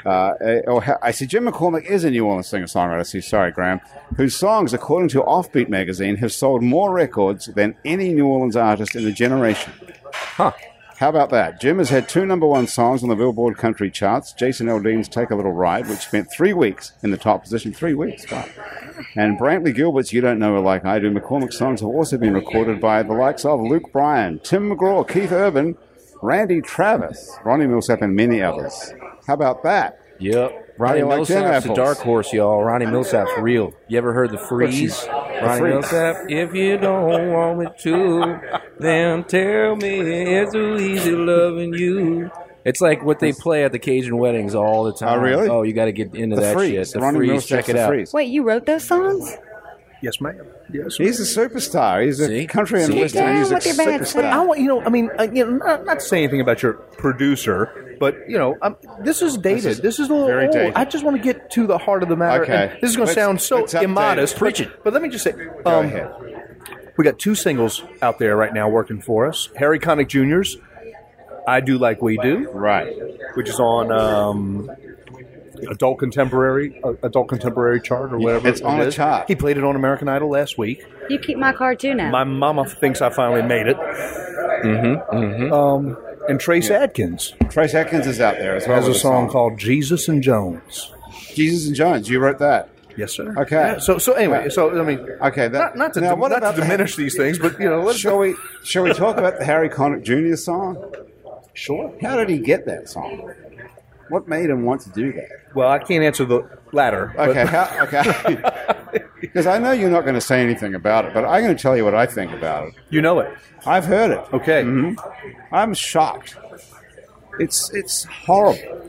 Speaker 1: Uh, eh, oh, ha- I see Jim McCormick is a New Orleans singer-songwriter. I see, sorry, Graham, whose songs, according to Offbeat magazine, have sold more records than any New Orleans artist in a generation.
Speaker 2: Huh.
Speaker 1: How about that? Jim has had two number one songs on the Billboard country charts Jason Aldean's Take a Little Ride, which spent three weeks in the top position. Three weeks. Wow. And Brantley Gilbert's You Don't Know Her Like I Do. McCormick songs have also been recorded by the likes of Luke Bryan, Tim McGraw, Keith Urban, Randy Travis, Ronnie Millsap, and many others. How about that?
Speaker 2: Yep. Ronnie
Speaker 1: How do you like them
Speaker 2: Millsap's a
Speaker 1: apples?
Speaker 2: dark horse, y'all. Ronnie Millsap's real. You ever heard the freeze? Ronnie
Speaker 1: freeze.
Speaker 2: Millsap. If you don't want me to, then tell me it's so easy loving you. It's like what they play at the Cajun weddings all the time.
Speaker 1: Oh, really?
Speaker 2: Oh, you got to get into
Speaker 1: The
Speaker 2: that
Speaker 1: Freeze.
Speaker 2: shit. The
Speaker 1: Ronnie
Speaker 2: freeze.
Speaker 1: Millsap's
Speaker 2: Check it
Speaker 1: The
Speaker 2: out.
Speaker 1: Freeze.
Speaker 5: Wait, you wrote those songs?
Speaker 3: yes, ma'am. Yes.
Speaker 1: He's a superstar. He's a
Speaker 2: See?
Speaker 1: country and
Speaker 2: See?
Speaker 1: western
Speaker 5: Down
Speaker 1: music
Speaker 5: with your bad
Speaker 1: superstar.
Speaker 5: self.
Speaker 3: I want, you know, I mean, I, you know, not, not to say anything about your producer, but you know, um, this is dated. This
Speaker 1: is
Speaker 3: is, a little
Speaker 1: very
Speaker 3: old.
Speaker 1: dated.
Speaker 3: I just want to get to the heart of the matter. and
Speaker 1: Okay.
Speaker 3: This is going to
Speaker 1: Let's-
Speaker 3: sound so
Speaker 1: let's update it.
Speaker 3: immodest. but-
Speaker 2: Preach it.
Speaker 3: But, let me just say, um,
Speaker 1: Go ahead.
Speaker 3: we got two singles out there right now working for us. Harry Connick Jr.'s "I Do Like We Do,"
Speaker 1: Right.
Speaker 3: which is on um, adult contemporary uh, adult contemporary chart or whatever.
Speaker 1: it's
Speaker 3: it
Speaker 1: on a
Speaker 3: is.
Speaker 1: chart.
Speaker 3: He played it on American Idol last week.
Speaker 5: You keep my card too now.
Speaker 3: My mama thinks I finally made it. Mm-hmm.
Speaker 1: mm-hmm.
Speaker 3: Um, and Trace Adkins
Speaker 1: Trace Atkins is out there as well.
Speaker 3: has a
Speaker 1: with
Speaker 3: song called "Jesus and Jones."
Speaker 1: Jesus and Jones. You wrote that.
Speaker 3: Yes, sir.
Speaker 1: Okay.
Speaker 3: Yeah, so so anyway, so I mean,
Speaker 1: Okay, that-
Speaker 3: not, not to
Speaker 1: now
Speaker 3: dim-
Speaker 1: what
Speaker 3: not
Speaker 1: about
Speaker 3: to
Speaker 1: the-
Speaker 3: diminish these things, but you know, let's
Speaker 1: Shall we, shall we talk about the Harry Connick Jr. song?
Speaker 3: Sure.
Speaker 1: How did he get that song? What made him want to do that?
Speaker 3: Well, I can't answer the latter. but-
Speaker 1: Okay, how, okay. Because I know you're not going to say anything about it, but I'm going to tell you what I think about it.
Speaker 3: you know it.
Speaker 1: I've heard it.
Speaker 3: Okay.
Speaker 1: Mm-hmm. I'm shocked. It's it's horrible.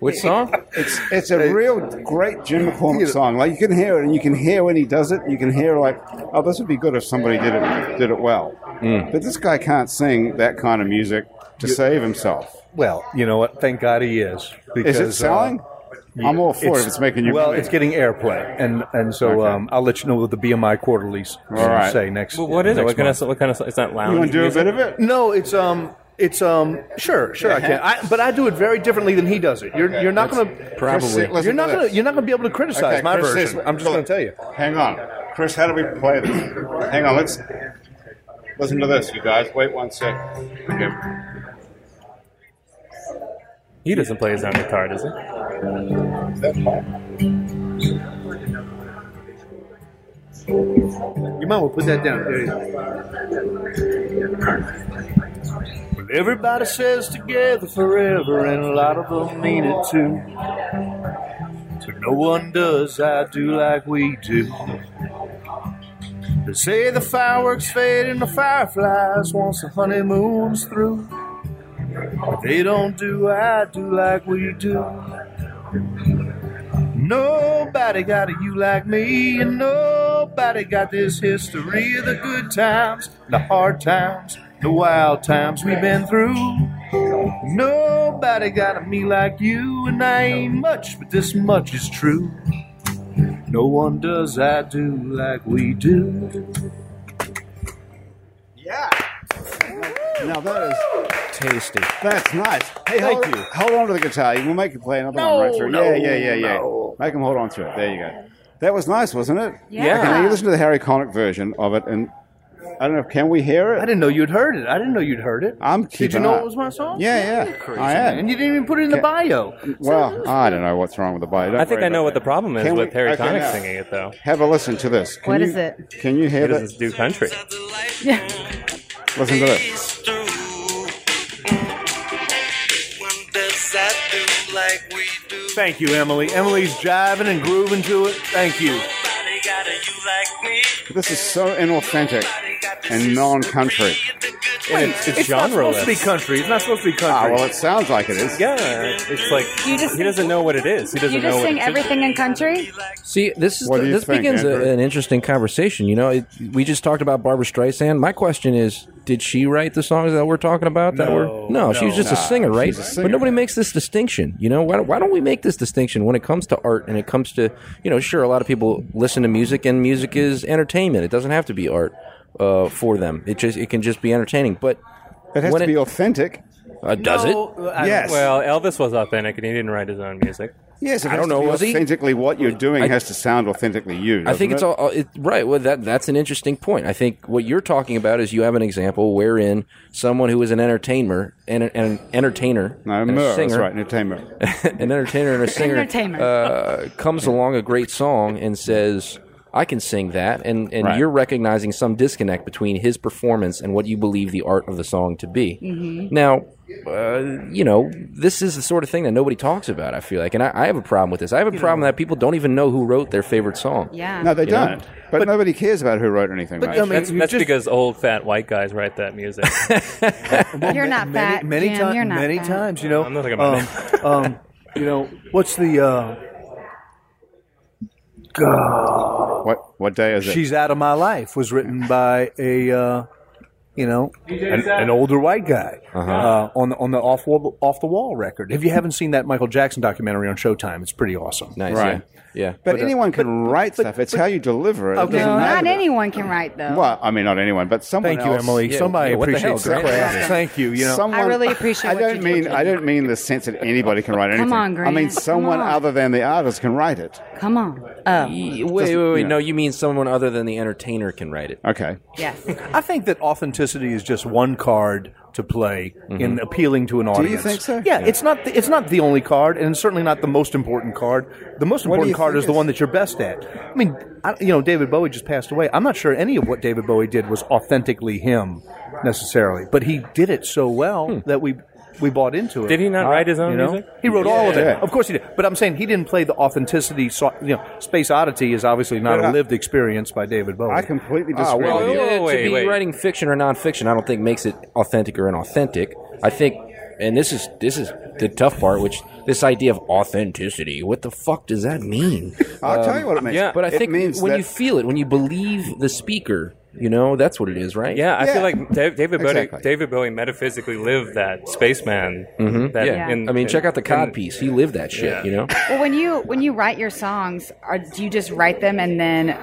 Speaker 2: Which song?
Speaker 1: It's it's a real great Jim McCormick song. Like you can hear it, and you can hear when he does it. You can hear like, oh, this would be good if somebody did it did it well. But this guy can't sing that kind of music to save himself.
Speaker 3: Well, you know what? Thank God he is. Because,
Speaker 1: Is it selling?
Speaker 3: uh,
Speaker 1: I'm all for it if it's making you
Speaker 3: well.
Speaker 1: money.
Speaker 3: It's getting airplay, and and so
Speaker 1: Okay.
Speaker 3: um, I'll let you know what the BMI quarterlies
Speaker 1: All right.
Speaker 3: say next.
Speaker 4: Well, what is it?
Speaker 3: next
Speaker 4: What kind
Speaker 3: month.
Speaker 4: of what kind of it's not lounge?
Speaker 1: you want to do a
Speaker 4: music?
Speaker 1: bit of it?
Speaker 3: No, it's um, it's um, sure, sure, I can. I, but I do it very differently than he does it. You're you're not gonna
Speaker 1: Probably. Chris, listen
Speaker 3: you're not
Speaker 1: to
Speaker 3: gonna
Speaker 1: this.
Speaker 3: you're not gonna be able to criticize
Speaker 1: Okay,
Speaker 3: my
Speaker 1: Chris,
Speaker 3: version.
Speaker 1: this-
Speaker 3: I'm just gonna tell you.
Speaker 1: Hang on, Chris. How do we play this? Hang on. Let's listen to this, you guys. Wait one sec. Okay.
Speaker 4: He doesn't play his own guitar, does he?
Speaker 1: Is that fine?
Speaker 3: You might want to put that down. There you go. Everybody says together forever, and a lot of them mean it too. But no one does I do like we do. They say the fireworks fade and the fireflies once the honeymoon's through. But they don't do I do like we do. Nobody got a you like me, and nobody got this history of the good times, the hard times, the wild times we've been through. Nobody got a me like you, and I ain't much, but this much is true. No one does I do like we do.
Speaker 1: Yeah. Now that is
Speaker 2: Tasty.
Speaker 1: that's nice. Hey,
Speaker 3: Thank
Speaker 1: hold,
Speaker 3: you.
Speaker 1: Hold on to the guitar. We'll make you play another one right through.
Speaker 3: no,
Speaker 1: yeah, yeah, yeah, yeah.
Speaker 3: no.
Speaker 1: Make him hold on to it. There you go. That was nice, wasn't it?
Speaker 5: Yeah.
Speaker 1: Okay, now you listen to the Harry Connick version of it, and I don't know. Can we hear it?
Speaker 3: didn't know you'd heard it. I didn't know you'd heard it.
Speaker 1: I'm keeping up.
Speaker 3: song?
Speaker 1: Yeah, yeah. I am.
Speaker 3: you didn't even put it in the bio.
Speaker 1: Well, I don't know what's wrong with the body. Don't
Speaker 4: I think
Speaker 1: worry
Speaker 4: I know
Speaker 1: about
Speaker 4: what the
Speaker 1: that.
Speaker 4: problem is
Speaker 1: Can we-
Speaker 4: with Harry
Speaker 1: okay,
Speaker 4: Connick
Speaker 1: now.
Speaker 4: singing it, though.
Speaker 1: Have a listen to this. Can
Speaker 5: What
Speaker 1: you,
Speaker 5: is it?
Speaker 1: Can you hear
Speaker 4: He
Speaker 1: that?
Speaker 4: doesn't do country.
Speaker 5: Yeah.
Speaker 1: Listen to this.
Speaker 3: Thank you, Emily. Emily's jiving and grooving to it. Thank you.
Speaker 1: This is so inauthentic and non-country.
Speaker 4: It's, it's,
Speaker 3: It's not supposed
Speaker 4: genreless.
Speaker 3: to be country. It's not supposed to be
Speaker 1: Ah,
Speaker 3: country.
Speaker 1: well, it sounds like it is.
Speaker 4: yeah, it's like
Speaker 5: You just-
Speaker 4: he doesn't know what it is. He doesn't
Speaker 5: You just
Speaker 4: know
Speaker 5: sing
Speaker 4: what it is.
Speaker 5: everything in country?
Speaker 2: See, this is
Speaker 1: What do you
Speaker 2: this
Speaker 1: think,
Speaker 2: begins a,
Speaker 1: Andrew?
Speaker 2: an interesting conversation. You know, it, we just talked about Barbara Streisand. My question is, did she write the songs that we're talking about? that were no, she was just a singer, right?
Speaker 1: she's a singer.
Speaker 2: But nobody makes this distinction. You know, why, don't- why don't we make this distinction when it comes to art and it comes to you know, sure, a lot of people listen to music and music is entertainment. It doesn't have to be art uh, for them. It just it can just be entertaining. But
Speaker 1: It has
Speaker 2: when
Speaker 1: to be authentic.
Speaker 2: uh, does it?
Speaker 1: Yes.
Speaker 4: Well, Elvis was authentic, and he didn't write his own music.
Speaker 1: Yes, it
Speaker 2: I
Speaker 1: has
Speaker 2: don't
Speaker 1: to
Speaker 2: know,
Speaker 1: be
Speaker 2: was he?
Speaker 1: authentically what you're doing
Speaker 2: I-
Speaker 1: has to sound authentically you.
Speaker 2: I
Speaker 1: doesn't
Speaker 2: think it's
Speaker 1: it?
Speaker 2: all all- it, right. Well, that that's an interesting point. I think what you're talking about is you have an example wherein someone who is an entertainer and an, an entertainer,
Speaker 1: No,
Speaker 2: and a
Speaker 1: Mur, that's
Speaker 2: singer,
Speaker 1: right, entertainment.
Speaker 2: an entertainer and a singer,
Speaker 5: Entertainment.
Speaker 2: uh, comes along a great song and says, "I can sing that," and and
Speaker 1: Right.
Speaker 2: you're recognizing some disconnect between his performance and what you believe the art of the song to be. Now. Uh, you know, this is the sort of thing that nobody talks about. I feel like, and I, I have a problem with this. I have a problem that people don't even know who wrote their favorite song.
Speaker 5: Yeah.
Speaker 1: No, they
Speaker 2: know?
Speaker 1: don't. But, nobody cares about who wrote anything.
Speaker 3: But,
Speaker 1: mate.
Speaker 3: I mean,
Speaker 4: That's,
Speaker 3: you
Speaker 4: that's
Speaker 3: just-
Speaker 4: because old fat white guys write that music.
Speaker 5: You're not
Speaker 3: many,
Speaker 5: fat.
Speaker 3: many
Speaker 5: Jim,
Speaker 3: times.
Speaker 5: You're not
Speaker 3: many
Speaker 5: fat.
Speaker 3: times, you know.
Speaker 4: I'm not thinking about
Speaker 3: um, um, you know, what's the? Uh, God,
Speaker 1: what what day is it?
Speaker 3: she's out of my life was written by a. Uh, you know, an, an older white guy uh on the on the off wall, off the wall record. If you haven't seen that Michael Jackson documentary on Showtime, it's pretty awesome.
Speaker 2: Nice.
Speaker 1: Right.
Speaker 2: Yeah. yeah.
Speaker 1: but, anyone can write stuff. It's how you deliver it. It
Speaker 3: Okay.
Speaker 1: doesn't
Speaker 5: No,
Speaker 1: matter.
Speaker 5: not anyone can write, though.
Speaker 1: Well, I mean, not anyone, but someone
Speaker 3: Thank you,
Speaker 1: else-
Speaker 3: Emily.
Speaker 2: Yeah,
Speaker 3: Somebody
Speaker 2: yeah, what the hell,
Speaker 3: appreciates the
Speaker 2: Grant?
Speaker 3: craft. Thank you. You know,
Speaker 1: Someone,
Speaker 5: really appreciate
Speaker 1: I
Speaker 5: what
Speaker 1: don't
Speaker 5: you
Speaker 1: mean
Speaker 5: did.
Speaker 1: I don't mean the sense that anybody can write anything.
Speaker 5: on,
Speaker 1: I mean
Speaker 5: Grant. Come
Speaker 1: someone
Speaker 5: on.
Speaker 1: other than the artist can write it.
Speaker 5: Come on. Oh,
Speaker 4: Oh,
Speaker 2: Ye- Wait, wait, wait. No, you mean someone other than the entertainer can write it.
Speaker 1: Okay.
Speaker 5: yes.
Speaker 3: I think that authenticity authenticity is just one card to play
Speaker 4: Mm-hmm.
Speaker 3: in appealing to an audience.
Speaker 1: think so?
Speaker 3: Yeah, it's not the, it's not the only card, and it's certainly not the most important card. The most
Speaker 1: What do you
Speaker 3: important card
Speaker 1: think
Speaker 3: is, the
Speaker 1: is-
Speaker 3: one that you're best at. I mean, I, you know, David Bowie just passed away. I'm not sure any of what David Bowie did was authentically him necessarily, but he did it so well that we we bought into it.
Speaker 4: Hmm.
Speaker 3: Uh,
Speaker 4: Did he not write his own
Speaker 3: You know?
Speaker 4: music?
Speaker 3: He wrote all of it.
Speaker 1: Yeah.
Speaker 3: Of course he did. But I'm saying he didn't play the authenticity. So, you know, Space Oddity is obviously not
Speaker 1: But I-
Speaker 3: a lived experience by David Bowie.
Speaker 1: I completely disagree
Speaker 2: Ah, well,
Speaker 1: with you.
Speaker 4: yeah.
Speaker 2: yeah,
Speaker 4: Wait,
Speaker 2: to be
Speaker 4: wait.
Speaker 2: writing fiction or nonfiction, I don't think makes it authentic or inauthentic. I think, and this is this is the tough part, which this idea of authenticity. What the fuck does that mean?
Speaker 1: I'll tell you what it means.
Speaker 4: yeah,
Speaker 2: But I
Speaker 1: It
Speaker 2: think
Speaker 1: means
Speaker 2: when
Speaker 1: that-
Speaker 2: you feel it, when you believe the speaker, you know that's what it is, right?
Speaker 4: Yeah, I
Speaker 1: Yeah.
Speaker 4: feel like Da- David Bowie,
Speaker 1: Exactly.
Speaker 4: David Bowie metaphysically lived that spaceman. Mm-hmm. That
Speaker 2: Yeah. I mean, check out the cod piece. He lived that shit,
Speaker 4: Yeah.
Speaker 2: you know.
Speaker 5: Well, when you when you write your songs, are, do you just write them and then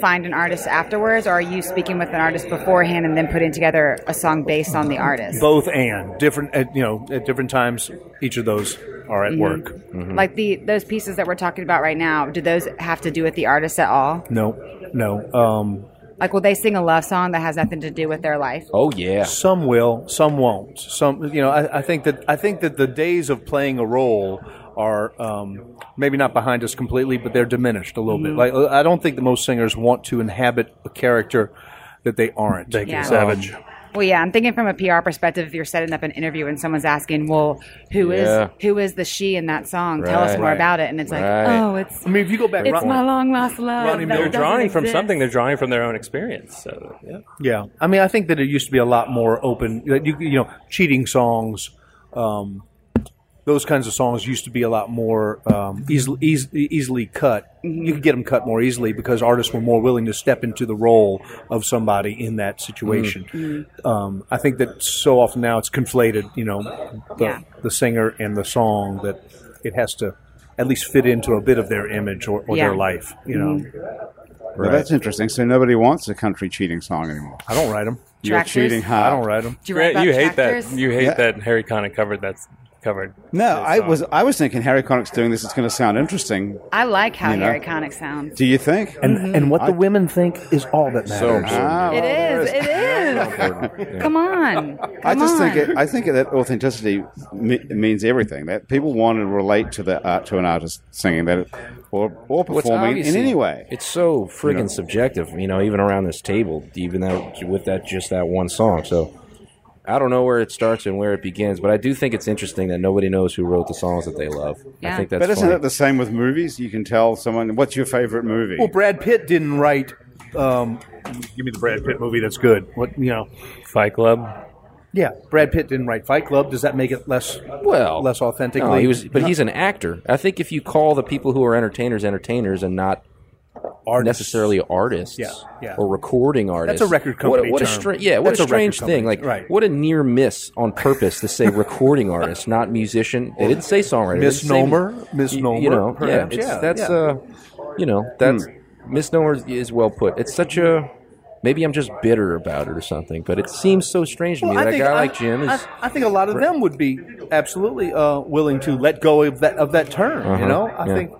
Speaker 5: find an artist afterwards, or are you speaking with an artist beforehand and then putting together a song based on the artist?
Speaker 3: both and different at, you know at different times each of those are
Speaker 5: Mm-hmm.
Speaker 3: at work
Speaker 5: Like the those pieces that we're talking about right now, do those have to do with the artist at all?
Speaker 3: no no um,
Speaker 5: Like, will they sing a love song that has nothing to do with their life?
Speaker 2: Oh yeah.
Speaker 3: some will some won't some you know I, I think that i think that the days of playing a role are um, maybe not behind us completely but they're diminished a little
Speaker 5: Mm-hmm.
Speaker 3: bit like i don't think that most singers want to inhabit a character that they aren't Um, thank
Speaker 5: you, Yeah. Savage. Well, yeah, I'm thinking from a PR perspective. If you're setting up an interview and someone's asking, "Well, who is
Speaker 2: Yeah.
Speaker 5: who is the she in that song? Tell us
Speaker 2: Right.
Speaker 5: more
Speaker 2: Right.
Speaker 5: about it." And it's like,
Speaker 2: Right.
Speaker 5: "Oh, it's
Speaker 3: i mean if you go back
Speaker 5: it's
Speaker 3: Ron-
Speaker 5: my long lost love."
Speaker 3: Ronnie
Speaker 5: that
Speaker 3: Miller.
Speaker 4: They're
Speaker 5: doesn't
Speaker 4: drawing from
Speaker 5: exist."
Speaker 4: something. They're drawing from their own experience. So, yeah.
Speaker 3: Yeah, I mean, I think that it used to be a lot more open. that You, you know, cheating songs, um, those kinds of songs used to be a lot more um, easily eas- easily cut.
Speaker 5: Mm-hmm.
Speaker 3: You could get them cut more easily because artists were more willing to step into the role of somebody in that situation.
Speaker 5: Mm-hmm.
Speaker 3: Um, I think that so often now it's conflated. You know, the,
Speaker 5: Yeah.
Speaker 3: the singer and the song that it has to at least fit into a bit of their image or, or
Speaker 5: Yeah. Mm-hmm.
Speaker 3: their life. You know,
Speaker 1: Well, that's interesting. So nobody wants a country cheating song anymore.
Speaker 3: I don't write them.
Speaker 1: You're
Speaker 5: Tractors?
Speaker 1: cheating hard.
Speaker 3: I don't write them.
Speaker 5: Do you, write
Speaker 4: Grant, you
Speaker 5: about
Speaker 4: hate
Speaker 5: tractors?
Speaker 4: that. You hate
Speaker 1: Yeah.
Speaker 4: that Harry Connick covered. That's covered.
Speaker 1: No,
Speaker 4: his um,
Speaker 1: I
Speaker 4: song.
Speaker 1: was I was thinking Harry Connick's doing this. It's going to sound interesting.
Speaker 5: I like how
Speaker 1: You know?
Speaker 5: your iconic sounds.
Speaker 1: Do you think?
Speaker 3: And, and what the women think is all that matters.
Speaker 1: Ah,
Speaker 5: It
Speaker 1: well, there
Speaker 5: is. It is. Come on.
Speaker 1: I
Speaker 5: Come
Speaker 1: just
Speaker 5: on.
Speaker 1: think it, I think that authenticity me- means everything. That people want to relate to the uh, to an artist singing that, or or
Speaker 2: Well, it's
Speaker 1: performing in
Speaker 2: obviously-
Speaker 1: any way.
Speaker 2: It's so friggin' subjective, you know, even around this table, even that with that just that one song. So I don't know where it starts and where it begins, but I do think it's interesting that nobody knows who wrote the songs that they love. I
Speaker 5: Yeah.
Speaker 2: think that's
Speaker 1: But isn't
Speaker 2: funny.
Speaker 1: it the same with movies? You can tell someone what's your favorite movie.
Speaker 3: Well, Oh, Brad Pitt didn't write. Um, Give me the Brad Pitt movie that's good. What you know?
Speaker 4: Fight Club.
Speaker 3: Yeah, Brad Pitt didn't write Fight Club. Does that make it less?
Speaker 2: well,
Speaker 3: less authentically.
Speaker 2: No, he was, but he's an actor. I think if you call the people who are entertainers entertainers and not
Speaker 3: Artists.
Speaker 2: necessarily artists,
Speaker 3: Yeah, yeah.
Speaker 2: or recording artists,
Speaker 3: That's a record
Speaker 2: What a,
Speaker 3: company
Speaker 2: what a
Speaker 3: term.
Speaker 2: stra- yeah, what
Speaker 3: That's
Speaker 2: a
Speaker 3: a record
Speaker 2: strange thing. Like,
Speaker 3: company, right.
Speaker 2: what a near miss on purpose to say recording artist, not musician. They didn't say songwriter. They didn't say-
Speaker 3: Misnomer,
Speaker 2: y-
Speaker 3: misnomer,
Speaker 2: You know, yeah,
Speaker 3: perhaps,
Speaker 2: it's,
Speaker 3: yeah,
Speaker 2: that's
Speaker 3: yeah. Hmm.
Speaker 2: uh, you know, that's misnomer is- is well put. It's such a. Maybe I'm just bitter about it or something, but it seems so strange to me
Speaker 3: I
Speaker 2: that a
Speaker 3: think-
Speaker 2: guy
Speaker 3: I-
Speaker 2: like Jim is.
Speaker 3: I, I think a lot of them would be absolutely uh, willing to let go of that of that term.
Speaker 2: Uh-huh,
Speaker 3: You know, I
Speaker 2: yeah.
Speaker 3: think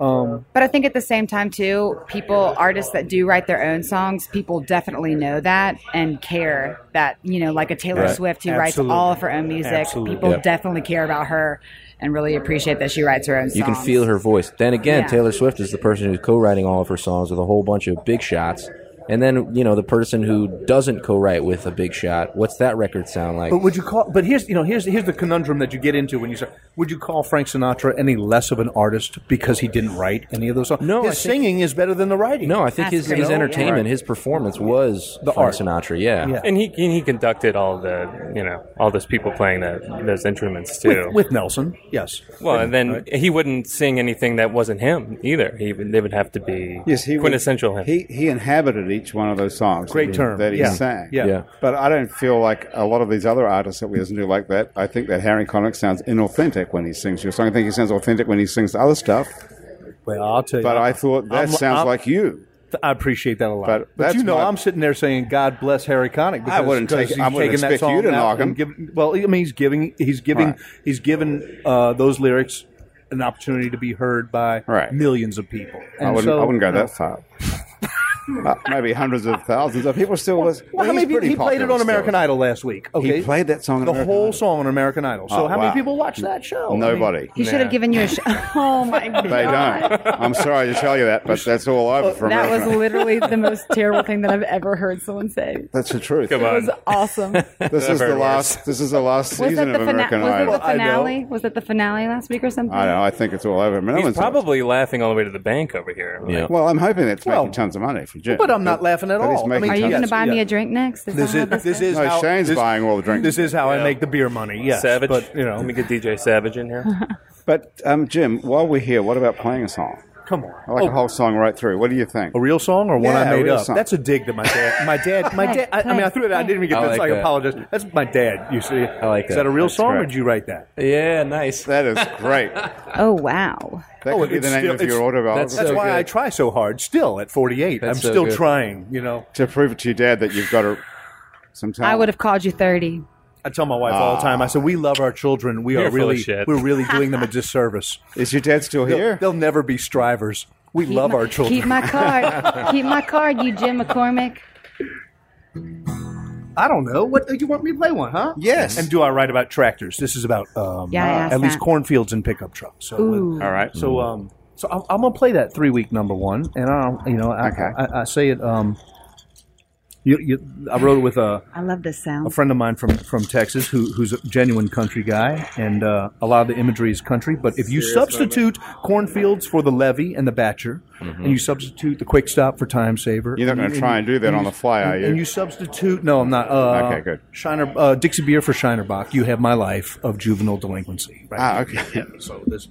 Speaker 3: um,
Speaker 5: But I think at the same time, too, people, artists that do write their own songs, people definitely know that and care that, you know, like a Taylor
Speaker 2: Right.
Speaker 5: Swift who
Speaker 3: Absolutely.
Speaker 5: writes all of her own music,
Speaker 3: Absolutely.
Speaker 5: people
Speaker 2: Yeah.
Speaker 5: definitely care about her and really appreciate that she writes her own songs.
Speaker 2: You can feel her voice. Then again,
Speaker 5: Yeah.
Speaker 2: Taylor Swift is the person who's co-writing all of her songs with a whole bunch of big shots. And then you know the person who doesn't co-write with a big shot. What's that record sound like?
Speaker 3: But would you call? But here's you know here's here's the conundrum that you get into when you say, would you call Frank Sinatra any less of an artist because he didn't write any of those songs?
Speaker 2: No, I
Speaker 3: his
Speaker 2: think-
Speaker 3: singing is better than the writing.
Speaker 2: no, I think
Speaker 5: That's
Speaker 2: his, his
Speaker 5: crazy, yeah.
Speaker 2: entertainment, his performance was
Speaker 3: The
Speaker 2: Frank
Speaker 3: art.
Speaker 2: Sinatra. Yeah.
Speaker 3: Yeah.
Speaker 4: And he and he conducted all the you know all those people playing the, those instruments too.
Speaker 3: with, with Nelson, yes.
Speaker 4: well, and then he wouldn't sing anything that wasn't him either. He would, they would have to be
Speaker 1: yes, he was-
Speaker 4: quintessential him.
Speaker 1: He he inhabited each one of those songs.
Speaker 3: Great
Speaker 1: that he-
Speaker 3: term.
Speaker 1: that he
Speaker 3: Yeah.
Speaker 1: sang.
Speaker 3: Yeah.
Speaker 2: Yeah.
Speaker 1: But I don't feel like a lot of these other artists that we listen to like that. I think that Harry Connick sounds inauthentic when he sings your song. I think he sounds authentic when he sings other stuff.
Speaker 3: Well, I'll tell you.
Speaker 1: But I thought that
Speaker 3: I'm-
Speaker 1: sounds
Speaker 3: I'm-
Speaker 1: like you.
Speaker 3: I appreciate that a lot.
Speaker 1: But
Speaker 3: But,
Speaker 1: that's
Speaker 3: you know,
Speaker 1: my-
Speaker 3: I'm sitting there saying, "God bless Harry Connick." Because,
Speaker 1: wouldn't
Speaker 3: because
Speaker 1: take-
Speaker 3: he's
Speaker 1: I wouldn't
Speaker 3: taking that
Speaker 1: expect you
Speaker 3: song
Speaker 1: to
Speaker 3: out
Speaker 1: knock
Speaker 3: and
Speaker 1: him.
Speaker 3: giving- well, I mean, he's giving, he's giving,
Speaker 1: Right.
Speaker 3: he's given uh, those lyrics an opportunity to be heard by
Speaker 1: Right.
Speaker 3: millions of people.
Speaker 1: I
Speaker 3: And
Speaker 1: wouldn't,
Speaker 3: so,
Speaker 1: I wouldn't go
Speaker 3: you know,
Speaker 1: that far. uh, maybe hundreds of thousands of people still listen.
Speaker 3: Well, how
Speaker 1: He's
Speaker 3: many people
Speaker 1: pretty
Speaker 3: he played it
Speaker 1: popular
Speaker 3: on American
Speaker 1: still.
Speaker 3: Idol last week? Okay,
Speaker 1: played that song on
Speaker 3: the
Speaker 1: American
Speaker 3: whole
Speaker 1: Idol.
Speaker 3: song on American Idol. So
Speaker 1: Oh,
Speaker 3: how
Speaker 1: wow.
Speaker 3: many people watch that show? I mean,
Speaker 1: Nobody.
Speaker 5: He should have given you a sh- Oh my god.
Speaker 1: They don't. I'm sorry to tell you that, but that's all over for
Speaker 5: That
Speaker 1: American
Speaker 5: was
Speaker 1: Idol.
Speaker 5: literally the most terrible thing that I've ever heard someone say.
Speaker 1: That's the truth.
Speaker 4: Come
Speaker 5: It
Speaker 4: on.
Speaker 5: was awesome. Was
Speaker 1: This is
Speaker 4: I've
Speaker 1: the
Speaker 4: heard
Speaker 1: last. This is the last
Speaker 5: that
Speaker 1: season
Speaker 5: the,
Speaker 1: of
Speaker 5: fina-
Speaker 1: American
Speaker 5: was it
Speaker 1: Idol.
Speaker 5: the
Speaker 3: I know.
Speaker 5: finale? Was it the finale last week or something?
Speaker 1: I don't know. I think it's all over. I mean, no
Speaker 4: He's
Speaker 1: one's-
Speaker 4: probably laughing all the way to the bank over here. Like,
Speaker 2: Yeah.
Speaker 1: Well, I'm hoping it's
Speaker 3: Well,
Speaker 1: making tons of money for Jim.
Speaker 3: But I'm not laughing at
Speaker 1: But he's
Speaker 3: all.
Speaker 1: making
Speaker 5: Are you
Speaker 1: Yes,
Speaker 5: going to buy me
Speaker 3: yeah.
Speaker 5: a drink next? Is
Speaker 3: This
Speaker 5: that
Speaker 3: is
Speaker 5: how this
Speaker 3: this is
Speaker 1: No,
Speaker 3: how
Speaker 1: Shane's
Speaker 3: this,
Speaker 1: buying all the drinks.
Speaker 3: This is how I make the beer money. Yes,
Speaker 4: Savage,
Speaker 3: but you
Speaker 4: let
Speaker 3: know,
Speaker 4: me get DJ Savage in here.
Speaker 1: But um, Jim, while we're here, what about playing a song?
Speaker 3: come on.
Speaker 1: I like a whole song right through. What do you think?
Speaker 3: A real song or one
Speaker 1: Oh. Yeah,
Speaker 3: I
Speaker 1: a
Speaker 3: made
Speaker 1: real
Speaker 3: up?
Speaker 1: song.
Speaker 3: That's a dig that my dad, my dad, my
Speaker 5: Play,
Speaker 3: dad. I, I mean, I through it. out. I
Speaker 5: play,
Speaker 3: didn't even get
Speaker 2: play.
Speaker 3: this.
Speaker 2: I like
Speaker 3: I
Speaker 2: that.
Speaker 3: apologize. That's my dad. You see, I
Speaker 2: like
Speaker 3: Is
Speaker 2: that.
Speaker 3: that a real
Speaker 2: That's
Speaker 3: song or
Speaker 1: correct.
Speaker 3: did you write that?
Speaker 2: Yeah, nice.
Speaker 1: That is great.
Speaker 5: Oh wow.
Speaker 1: That
Speaker 3: Oh,
Speaker 1: could be
Speaker 3: it's
Speaker 1: the name
Speaker 3: still-
Speaker 1: of your
Speaker 3: it's-
Speaker 1: autobiography.
Speaker 2: that's
Speaker 3: That's
Speaker 2: So
Speaker 3: why
Speaker 2: good.
Speaker 3: I try so hard. Still at 48,
Speaker 2: That's
Speaker 3: I'm
Speaker 2: so
Speaker 3: still
Speaker 2: good.
Speaker 3: trying. You know,
Speaker 1: to prove it to your dad that you've got a, some talent.
Speaker 5: I would have called you 30.
Speaker 3: I tell my wife all the time. I said, "We love our children. We are
Speaker 4: You're full of
Speaker 3: really,
Speaker 4: shit."
Speaker 3: we're really doing them a disservice.
Speaker 1: Is your dad still
Speaker 3: They'll,
Speaker 1: here?
Speaker 3: they'll never be strivers. We love
Speaker 5: my,
Speaker 3: our children.
Speaker 5: Keep my card. keep my card, you Jim McCormick.
Speaker 3: I don't know. What do you want me to play one, huh?
Speaker 1: Yes.
Speaker 3: And do I write about tractors? This is about um,
Speaker 5: Yeah, I
Speaker 3: uh,
Speaker 5: asked
Speaker 3: at least
Speaker 5: that.
Speaker 3: cornfields and pickup trucks. So, uh,
Speaker 5: Ooh.
Speaker 1: All right. So
Speaker 3: So um, so I'm, I'm gonna play that three week number one, and I don't, you know, I,
Speaker 1: Okay.
Speaker 3: I, I say it. Um, you, you, I wrote it with a,
Speaker 5: I love this
Speaker 3: a
Speaker 5: sound.
Speaker 3: friend of mine from from Texas who who's a genuine country guy, and uh, a lot of the imagery is country. But if you substitute cornfields for the levee and the batcher, and you substitute the quick stop for time saver,
Speaker 1: Mm-hmm. You're not gonna try and do that on the fly, are
Speaker 3: and,
Speaker 1: you?
Speaker 3: And you substitute no, I'm not. Uh,
Speaker 1: Okay, good.
Speaker 3: Shiner uh, Dixie beer for Shinerbach. You have my life of juvenile delinquency. Right.
Speaker 1: ah, okay.
Speaker 3: So this.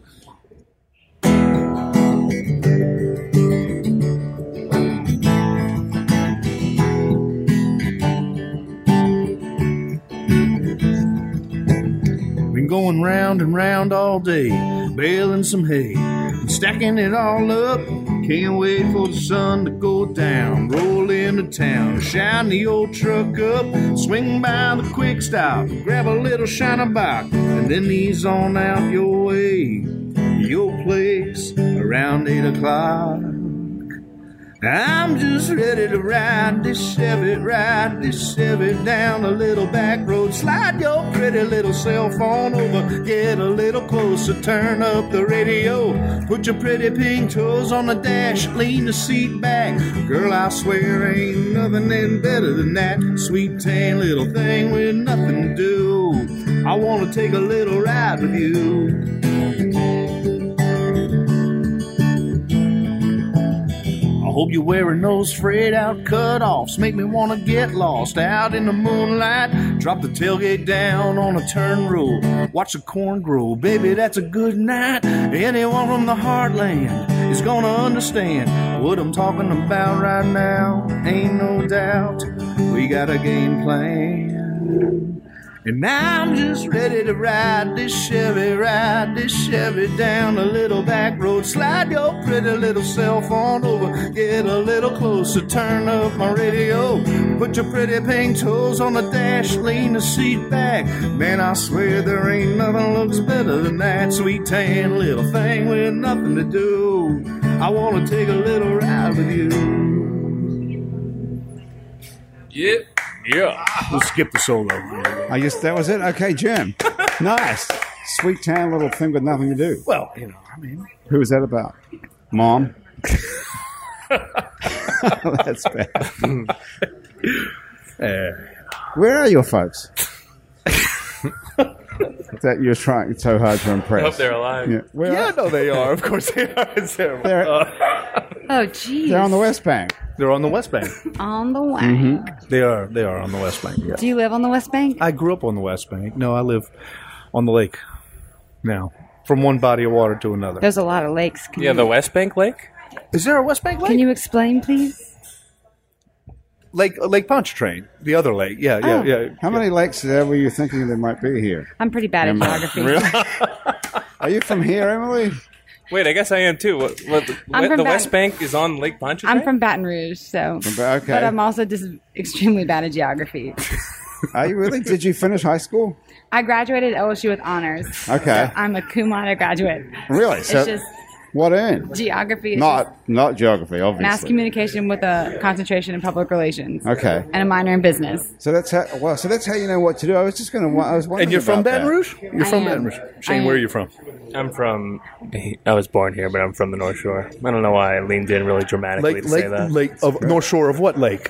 Speaker 3: Been going round and round all day, baling some hay and stacking it all up. Can't wait for the sun to go down. Roll into town, shine the old truck up, swing by the quick stop, grab a little shiner box, and then ease on out your way. Your place around eight o'clock. I'm just ready to ride this Chevy, ride this Chevy down a little back road. Slide your pretty little cell phone over, get a little closer, turn up the radio. Put your pretty pink toes on the dash, lean the seat back. Girl, I swear ain't nothing any better than that sweet tan little thing with nothing to do. I wanna take a little ride with you. I hope you're wearing those frayed out cutoffs. Make me want to get lost out in the moonlight. Drop the tailgate down on a turn rule. Watch the corn grow. Baby, that's a good night. Anyone from the heartland is going to understand what I'm talking about right now. Ain't no doubt we got a game plan. And I'm just ready to ride this Chevy, ride this Chevy down a little back road. Slide your pretty little cell phone over, get a little closer, turn up my radio. Put your pretty pink toes on the dash, lean the seat back. Man, I swear there ain't nothing looks better than that sweet tan little thing with nothing to do. I wanna take a little ride with you.
Speaker 4: yeah. Yeah.
Speaker 3: We'll skip the solo.
Speaker 1: I guess that was it. Okay, Jim. nice. Sweet tan little thing with nothing to do.
Speaker 3: Well, you know, I mean.
Speaker 1: Who was that about? Mom. That's bad.
Speaker 3: Uh,
Speaker 1: Where are your folks? that you're trying so hard to
Speaker 4: I
Speaker 1: impress.
Speaker 4: hope they're alive.
Speaker 1: Yeah, where are-
Speaker 3: Yeah, no, they are. Of course they are. It's terrible.
Speaker 1: they're,
Speaker 5: Oh geez.
Speaker 1: they're on the West Bank.
Speaker 3: They're on the West Bank.
Speaker 5: On the way.
Speaker 1: Mm-hmm.
Speaker 3: They are. They are on the West Bank. Yeah.
Speaker 5: Do you live on the West Bank?
Speaker 3: I grew up on the West Bank. No, I live on the lake now, from one body of water to another.
Speaker 5: There's a lot of lakes. Can,
Speaker 4: Yeah, the West Bank Lake?
Speaker 3: Is there a West Bank lake?
Speaker 5: can you explain, please?
Speaker 3: lake Lake Pontchartrain, the other lake. Yeah, yeah,
Speaker 5: Oh.
Speaker 3: yeah.
Speaker 1: How many lakes there were you thinking there might be here?
Speaker 5: I'm pretty bad at geography.
Speaker 1: Are you from here, Emily?
Speaker 4: Wait, I guess I am too. What, what,
Speaker 5: I'm
Speaker 4: the
Speaker 5: from
Speaker 4: West
Speaker 5: Bat-
Speaker 4: Bank is on Lake Pontchartrain?
Speaker 5: I'm from Baton Rouge, so.
Speaker 1: Ba- okay.
Speaker 5: But I'm also just extremely bad at geography.
Speaker 1: Are you really? Did you finish high school?
Speaker 5: I graduated LSU with honors.
Speaker 1: Okay.
Speaker 5: I'm a cum laude graduate.
Speaker 1: Really?
Speaker 5: It's
Speaker 1: So
Speaker 5: just
Speaker 1: What in?
Speaker 5: Geography is just
Speaker 1: Not not geography, obviously.
Speaker 5: mass communication with a concentration in public relations.
Speaker 1: Okay.
Speaker 5: And a minor in business.
Speaker 1: So that's how. Well, so that's how you know what to do. I was just going to. I was wondering.
Speaker 3: And you're from
Speaker 1: about
Speaker 3: Baton
Speaker 1: that.
Speaker 3: Rouge? You're
Speaker 5: I
Speaker 3: from
Speaker 5: am.
Speaker 3: Baton Rouge. Shane,
Speaker 5: I
Speaker 3: where are
Speaker 5: am.
Speaker 3: you from?
Speaker 4: I'm from. I was born here, but I'm from the North Shore. I don't know why I leaned in really dramatically
Speaker 3: Lake,
Speaker 4: to say
Speaker 3: Lake,
Speaker 4: that.
Speaker 3: Lake of North Shore of what lake?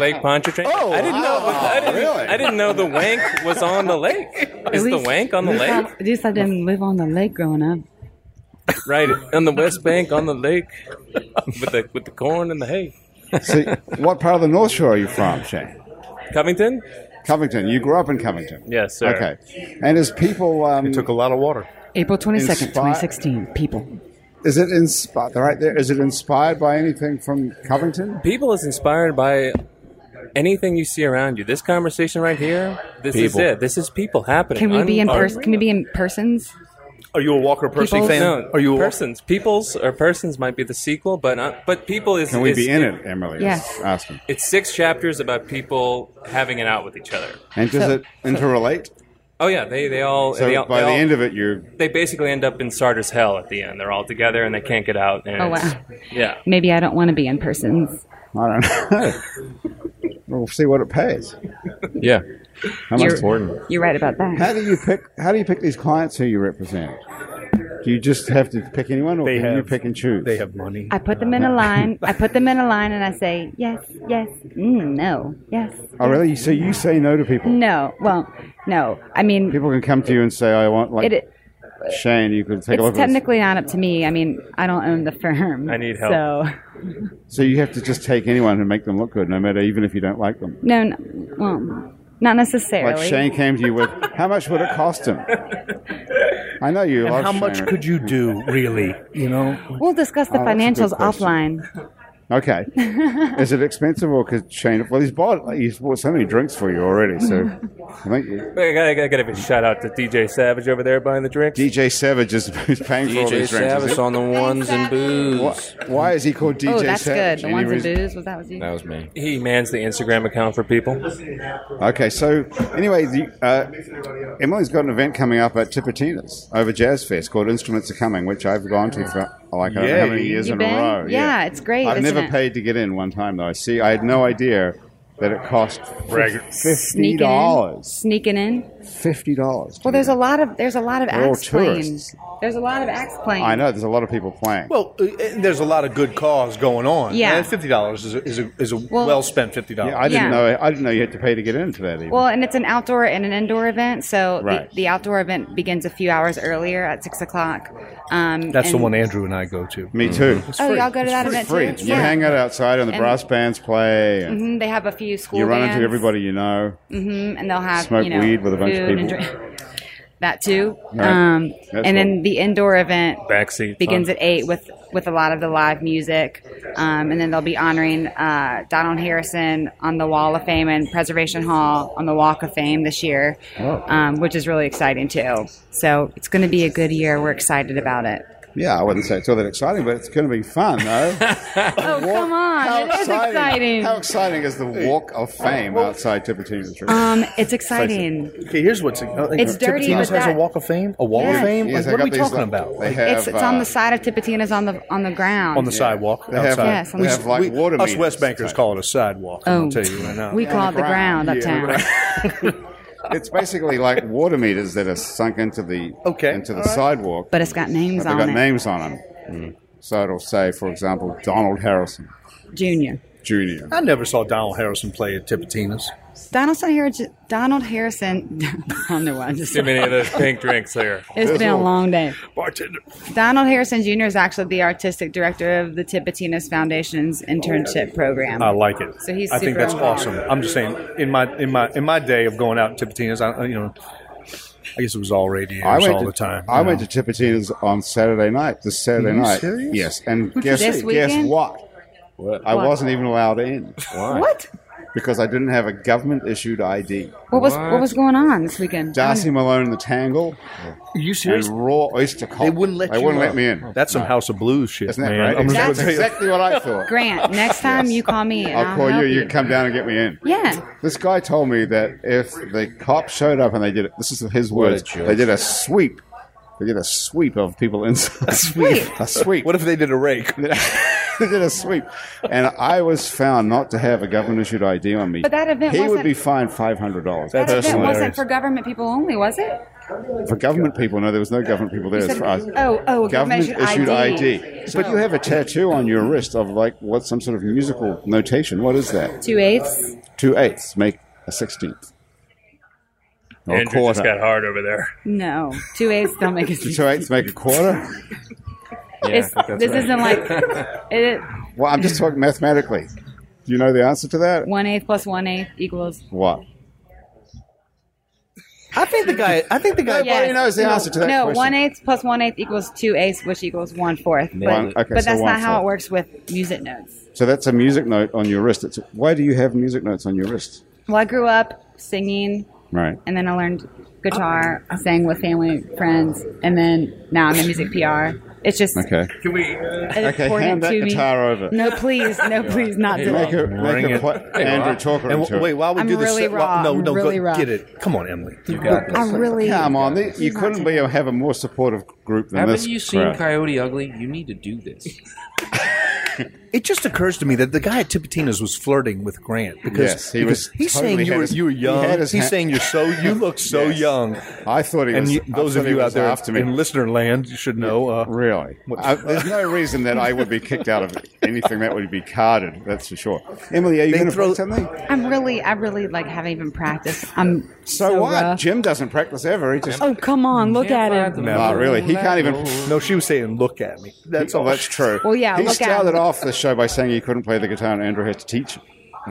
Speaker 4: Lake Pontchartrain. Oh, I didn't know. I, didn't,
Speaker 1: really?
Speaker 4: I didn't know the wank was on the lake. Is the wank on the lake?
Speaker 5: At least I didn't live on the lake growing up.
Speaker 4: Right on the west bank on the lake, with the with the corn and the hay.
Speaker 1: So what part of the North Shore are you from, Shane?
Speaker 4: Covington.
Speaker 1: Covington. You grew up in Covington.
Speaker 4: Yes, sir.
Speaker 1: Okay. And is people? Um,
Speaker 3: Took a lot of water.
Speaker 5: April 22nd,
Speaker 1: Inspi-
Speaker 5: 2016. People.
Speaker 1: is it inspired? Right there. Is it inspired by anything from Covington?
Speaker 4: People is inspired by anything you see around you. This conversation right here. This
Speaker 2: People.
Speaker 4: is it. This is people happening.
Speaker 5: Can we be in
Speaker 4: Un-
Speaker 5: person? Can we be in persons?
Speaker 3: Are you a Walker Percy
Speaker 5: People-
Speaker 3: fan?
Speaker 4: No,
Speaker 3: Are you a
Speaker 4: persons? Peoples or persons might be the sequel, but not, but people is
Speaker 1: Can we
Speaker 4: is-
Speaker 1: be in it, Emily? is
Speaker 5: Yes.
Speaker 1: Asking.
Speaker 4: It's six chapters about people having it out with each other.
Speaker 1: And does it interrelate?
Speaker 4: Oh yeah, they they all
Speaker 1: So
Speaker 4: they all,
Speaker 1: by
Speaker 4: they
Speaker 1: the
Speaker 4: all-
Speaker 1: end of it, you
Speaker 4: they basically end up in Sardar's hell at the end. They're all together and they can't get out. And
Speaker 5: Oh, wow.
Speaker 4: it's- Yeah.
Speaker 5: Maybe I don't want to be in persons.
Speaker 1: I don't know. we'll see what it pays.
Speaker 2: Yeah.
Speaker 1: How much?
Speaker 5: You're, you're right about that.
Speaker 1: How do you pick? How do you pick these clients who you represent? Do you just have to pick anyone, or
Speaker 3: They
Speaker 1: can you
Speaker 3: have-
Speaker 1: pick and choose?
Speaker 3: They have money.
Speaker 5: I put them in a line. I put them in a line and I say, yes, yes, mm, no, yes,
Speaker 1: Oh, really? So you say no to people?
Speaker 5: no. Well, no. I mean,
Speaker 1: People can come to you and say, "I want like
Speaker 5: it,
Speaker 1: Shane." You can take a look
Speaker 5: it's
Speaker 1: at this.
Speaker 5: technically not up to me. I mean, I don't own the firm.
Speaker 4: I need help.
Speaker 5: So,
Speaker 1: So you have to just take anyone and make them look good, no matter even if you don't like them.
Speaker 5: no, no well, not necessarily.
Speaker 1: Like Shane came to you with, "How much would it cost him?" I know you.
Speaker 3: And
Speaker 1: love
Speaker 3: how much
Speaker 1: Shane.
Speaker 3: could you do, really? You know?
Speaker 5: We'll discuss the
Speaker 1: Oh, that's a good
Speaker 5: financials
Speaker 1: question.
Speaker 5: offline.
Speaker 1: Okay. Is it expensive, or could Shane? Well, he's bought he's bought so many drinks for you already. So I think you-
Speaker 4: I gotta, I gotta give a shout out to DJ Savage over there buying the drinks.
Speaker 1: DJ Savage is who's paying for all
Speaker 2: DJ
Speaker 1: these drinks. is
Speaker 2: Savage
Speaker 1: he?
Speaker 2: on the ones and booze.
Speaker 1: Why, why is he called DJ
Speaker 5: oh, that's
Speaker 1: Savage?
Speaker 5: good. The
Speaker 1: Any
Speaker 5: ones and
Speaker 1: reason-
Speaker 5: booze was that was you?
Speaker 2: That was me.
Speaker 4: he mans the Instagram account for people.
Speaker 1: Okay, so anyway, the, uh, Emily's got an event coming up at Tipitina's over Jazz Fest called Instruments Are Coming, which I've gone to for like I don't know how many
Speaker 3: Yay.
Speaker 1: years
Speaker 5: You
Speaker 1: in
Speaker 5: been?
Speaker 1: a row.
Speaker 5: Yeah, it's great,
Speaker 1: I've
Speaker 5: isn't
Speaker 1: never
Speaker 5: it?
Speaker 1: paid to get in one time though. I see. I had no idea that it cost
Speaker 3: Braggart.
Speaker 1: fifty
Speaker 5: Sneaking in.
Speaker 1: dollars.
Speaker 5: Sneaking in.
Speaker 1: Fifty dollars.
Speaker 5: Well, there's a lot of there's a lot of
Speaker 1: They're all
Speaker 5: axe playing.
Speaker 1: tourists.
Speaker 5: There's a lot of axe playing.
Speaker 1: I know. There's a lot of people playing.
Speaker 3: Well, uh, and there's a lot of good cause going on.
Speaker 5: Yeah.
Speaker 3: And fifty dollars is a, is a, is a well,
Speaker 5: Well-
Speaker 3: spent fifty dollars.
Speaker 1: yeah, I didn't
Speaker 5: yeah.
Speaker 1: know. I didn't know you had to pay to get into that. Even.
Speaker 5: Well, and it's an outdoor and an indoor event, so
Speaker 1: Right.
Speaker 5: the, the outdoor event begins a few hours earlier at six o'clock. Um,
Speaker 3: That's the
Speaker 5: and-
Speaker 3: one Andrew and I go to.
Speaker 1: Me too.
Speaker 5: Oh,
Speaker 3: free.
Speaker 5: y'all go to
Speaker 3: It's
Speaker 5: that
Speaker 3: free.
Speaker 5: event
Speaker 1: Free.
Speaker 5: too?
Speaker 1: You hang out outside, and the
Speaker 5: And-
Speaker 1: brass bands play. And
Speaker 5: Mhm, They have a few school.
Speaker 1: You run into
Speaker 5: bands,
Speaker 1: everybody you know.
Speaker 5: mhm, and they'll have
Speaker 1: smoke
Speaker 5: you know,
Speaker 1: weed with a bunch of
Speaker 5: food and
Speaker 1: people.
Speaker 5: drink- that too.
Speaker 1: Right.
Speaker 5: Um,
Speaker 1: That's
Speaker 5: and
Speaker 1: cool.
Speaker 5: then the indoor event
Speaker 4: Backseat
Speaker 5: begins
Speaker 4: fun.
Speaker 5: at eight with with a lot of the live music, um, and then they'll be honoring uh, Donald Harrison on the Wall of Fame and Preservation Hall on the Walk of Fame this year, um, which is really exciting too. So it's going to be a good year. We're excited about it.
Speaker 1: Yeah, I wouldn't say it's all that exciting, but it's going to be fun, though.
Speaker 5: Oh come on! It is exciting.
Speaker 1: How exciting is the Walk of
Speaker 3: Uh,
Speaker 1: Fame outside Tipitina's room?
Speaker 5: Um, it's exciting.
Speaker 3: Okay, here's what's
Speaker 5: It's dirty,
Speaker 3: Tipitina's
Speaker 5: but
Speaker 3: has a
Speaker 5: that-
Speaker 3: Walk of Fame, a Wall of
Speaker 5: Yeah.
Speaker 3: Fame.
Speaker 1: Yes,
Speaker 3: Like,
Speaker 1: they
Speaker 3: what are
Speaker 1: got
Speaker 3: we
Speaker 1: these,
Speaker 3: talking
Speaker 1: like,
Speaker 3: about?
Speaker 1: They
Speaker 3: Like,
Speaker 1: have,
Speaker 5: it's it's on
Speaker 1: uh,
Speaker 5: the side of Tipitina's on the on the ground.
Speaker 3: on the sidewalk
Speaker 1: They have,
Speaker 3: outside.
Speaker 5: Yes, on
Speaker 1: they
Speaker 5: the-
Speaker 1: have like
Speaker 3: we,
Speaker 1: water
Speaker 3: us
Speaker 1: meters.
Speaker 3: West Bankers call it a sidewalk.
Speaker 5: Oh.
Speaker 3: I'll tell you right now.
Speaker 5: we call it the
Speaker 1: ground.
Speaker 5: ground,
Speaker 1: Yeah,
Speaker 5: uptown.
Speaker 1: It's basically like water meters that are sunk into the
Speaker 3: Okay,
Speaker 1: into the
Speaker 3: all right.
Speaker 1: sidewalk.
Speaker 5: But it's got names
Speaker 1: but they've
Speaker 5: on
Speaker 1: got
Speaker 5: it.
Speaker 1: names on them. So it'll say, for example, Donald Harrison
Speaker 5: Junior.
Speaker 1: Jr.
Speaker 3: I never saw Donald Harrison play at Tipitina's.
Speaker 5: Donaldson Harrison. Donald Harrison. I don't know why I just
Speaker 4: Too many of those pink drinks there.
Speaker 5: It's been a long day.
Speaker 3: Bartender.
Speaker 5: Donald Harrison Jr. is actually the artistic director of the Tipitinas Foundation's
Speaker 1: Oh,
Speaker 5: internship program.
Speaker 3: I like it.
Speaker 5: So he's
Speaker 3: I think
Speaker 5: super
Speaker 3: that's
Speaker 5: involved.
Speaker 3: awesome. I'm just saying, in my in my in my day of going out to Patina's, I you know, I guess it was all radios all
Speaker 1: to,
Speaker 3: the time.
Speaker 1: I
Speaker 3: you
Speaker 1: went
Speaker 3: know.
Speaker 1: to Tipitina's on Saturday night. This Saturday
Speaker 3: Are you
Speaker 1: night.
Speaker 3: serious?
Speaker 1: Yes, and guess
Speaker 5: see? This
Speaker 1: guess
Speaker 5: weekend?
Speaker 1: what?
Speaker 2: What?
Speaker 1: I
Speaker 5: What?
Speaker 1: wasn't even allowed in
Speaker 2: Why?
Speaker 5: what?
Speaker 1: because I didn't have a government issued ID.
Speaker 5: What was what?
Speaker 2: What?
Speaker 5: was going on this weekend? Um,
Speaker 1: Darcy Malone, the Tangle,
Speaker 3: Are you
Speaker 1: and
Speaker 3: serious?
Speaker 1: raw oyster cult.
Speaker 3: They wouldn't let
Speaker 1: They
Speaker 3: you.
Speaker 1: wouldn't
Speaker 3: up.
Speaker 1: let me in.
Speaker 3: That's some House of Blues shit,
Speaker 1: Isn't that
Speaker 3: man.
Speaker 1: right?
Speaker 3: I'm just
Speaker 1: That's
Speaker 3: gonna tell you.
Speaker 1: exactly what I thought.
Speaker 5: Grant, next time you call me, and I'll,
Speaker 1: I'll call you.
Speaker 5: help you.
Speaker 1: You come down and get me in.
Speaker 5: Yeah,
Speaker 1: This guy told me that if the cops showed up and they did it, this is his
Speaker 2: What a
Speaker 1: words.
Speaker 2: joke.
Speaker 1: They did a sweep They did a sweep of people inside. A
Speaker 5: sweep?
Speaker 1: a sweep.
Speaker 3: What if they did a rake?
Speaker 1: they did a sweep, and I was found not to have a government issued ID on me.
Speaker 5: But that event
Speaker 1: he would
Speaker 5: wasn't-
Speaker 1: be fined five hundred dollars.
Speaker 5: That event
Speaker 1: Personally,
Speaker 5: wasn't for government people only, was it?
Speaker 1: for government people, no, there was no government people there.
Speaker 5: You
Speaker 1: As
Speaker 5: said-
Speaker 1: far as
Speaker 5: oh, oh,
Speaker 1: government issued ID. But
Speaker 5: Oh.
Speaker 1: you have a tattoo on your wrist of like what some sort of musical notation. What is that?
Speaker 5: Two eighths.
Speaker 1: Two eighths make a sixteenth. Or a
Speaker 4: Andrew
Speaker 1: quarter.
Speaker 4: just got hard over there.
Speaker 5: No, two eighths don't make a.
Speaker 1: Two eighths make a quarter.
Speaker 5: It's, this isn't like it,
Speaker 1: Well, I'm just talking mathematically. Do you know the answer to that?
Speaker 5: one eighth plus one eighth equals.
Speaker 1: What?
Speaker 3: I think the guy. I think the guy.
Speaker 1: Nobody knows the
Speaker 5: no,
Speaker 1: answer to that
Speaker 5: No,
Speaker 1: question.
Speaker 5: one eighth plus one eighth equals two eighths, which equals one fourth. But,
Speaker 1: One- okay,
Speaker 5: but
Speaker 1: so
Speaker 5: that's
Speaker 1: one
Speaker 5: not how
Speaker 1: fourth.
Speaker 5: it works with music notes.
Speaker 1: So that's a music note on your wrist. It's, why do you have music notes on your wrist?
Speaker 5: Well, I grew up singing,
Speaker 1: Right.
Speaker 5: and then I learned guitar, sang with family, friends, and then now I'm in music PR. It's just
Speaker 1: Okay.
Speaker 4: Can we?
Speaker 5: It's
Speaker 1: Okay,
Speaker 5: important
Speaker 1: hand that
Speaker 5: to me.
Speaker 1: guitar over.
Speaker 5: No, please, no, please, not do
Speaker 1: Make
Speaker 5: it.
Speaker 1: a, make a
Speaker 3: it.
Speaker 1: pla- Andrew Talker
Speaker 3: And
Speaker 1: into
Speaker 3: w- wait,
Speaker 1: it.
Speaker 3: while we
Speaker 5: I'm
Speaker 3: do this,
Speaker 5: really
Speaker 3: while-
Speaker 5: raw.
Speaker 3: no,
Speaker 5: I'm
Speaker 3: no,
Speaker 5: really
Speaker 3: go,
Speaker 5: raw.
Speaker 3: get it. Come on, Emily.
Speaker 2: You got
Speaker 5: I
Speaker 2: this.
Speaker 5: really
Speaker 1: Come on, the- you
Speaker 5: not
Speaker 1: couldn't
Speaker 5: doing
Speaker 1: be have a more supportive group than
Speaker 2: Haven't
Speaker 1: this.
Speaker 2: you seen
Speaker 1: crowd.
Speaker 2: Coyote Ugly? You need to do this.
Speaker 3: It just occurs to me that the guy at Tipitina's was flirting with Grant because
Speaker 1: Yes, he
Speaker 3: because
Speaker 1: was
Speaker 3: He's
Speaker 1: totally
Speaker 3: saying you
Speaker 1: had
Speaker 3: were,
Speaker 1: his-
Speaker 3: you were
Speaker 1: he
Speaker 3: young.
Speaker 1: had his
Speaker 3: he's
Speaker 1: hand-
Speaker 3: saying you're so you look so
Speaker 1: Yes.
Speaker 3: young.
Speaker 1: I thought he
Speaker 3: and
Speaker 1: was.
Speaker 3: you,
Speaker 1: I
Speaker 3: those
Speaker 1: thought
Speaker 3: of
Speaker 1: he
Speaker 3: you out
Speaker 1: was
Speaker 3: there
Speaker 1: after me.
Speaker 3: in listener land, you should know. Uh,
Speaker 1: Really? I, there's no reason that I would be kicked out of anything that would be carded. That's for sure. Emily, are you
Speaker 3: They
Speaker 1: going to
Speaker 3: throw-
Speaker 1: throw something?
Speaker 5: I'm really, I really like haven't even practiced. I'm
Speaker 1: So,
Speaker 5: so,
Speaker 1: what?
Speaker 5: rough.
Speaker 1: Jim doesn't practice ever. He just.
Speaker 5: Oh come on, look at him.
Speaker 1: Nah, really. He can't even.
Speaker 3: no, she was saying, "Look at me." That's
Speaker 1: oh,
Speaker 3: all.
Speaker 1: that's true.
Speaker 5: Well, yeah,
Speaker 1: He
Speaker 5: look out.
Speaker 1: started off the show by saying he couldn't play the guitar, and Andrew had to teach. him.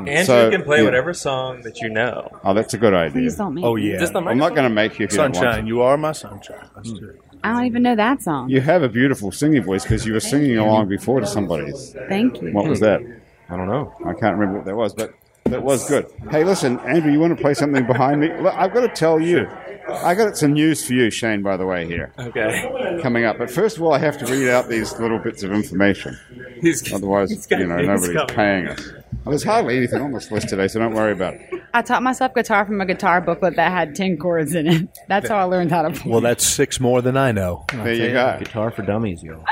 Speaker 4: Andrew
Speaker 1: So,
Speaker 4: can play
Speaker 1: yeah.
Speaker 4: whatever song that you know.
Speaker 1: Oh, that's a good idea.
Speaker 5: Please don't make.
Speaker 3: Oh
Speaker 5: me.
Speaker 3: yeah,
Speaker 4: Just the
Speaker 1: I'm not going to make you if you don't want to.
Speaker 3: sunshine. You are my sunshine. That's true.
Speaker 5: I don't even know that song.
Speaker 1: You have a beautiful singing voice because you were singing along before to somebody's.
Speaker 5: Thank you.
Speaker 1: What was that?
Speaker 2: I don't know.
Speaker 1: I can't remember what that was, but that was good. Hey, listen, Andrew, you want to play something behind me? Look, I've got to tell you. I got some news for you, Shane, by the way, here
Speaker 4: Okay.
Speaker 1: coming up. But first of all, I have to read out these little bits of information.
Speaker 4: He's,
Speaker 1: Otherwise,
Speaker 4: he's got
Speaker 1: you know,
Speaker 4: things
Speaker 1: nobody's
Speaker 4: coming.
Speaker 1: paying us. Well, there's hardly anything on this list today, so don't worry about it.
Speaker 5: I taught myself guitar from a guitar booklet that had ten chords in it. That's how I learned how to play.
Speaker 3: Well, that's six more than I know.
Speaker 1: There you go.
Speaker 2: Guitar for dummies, yo.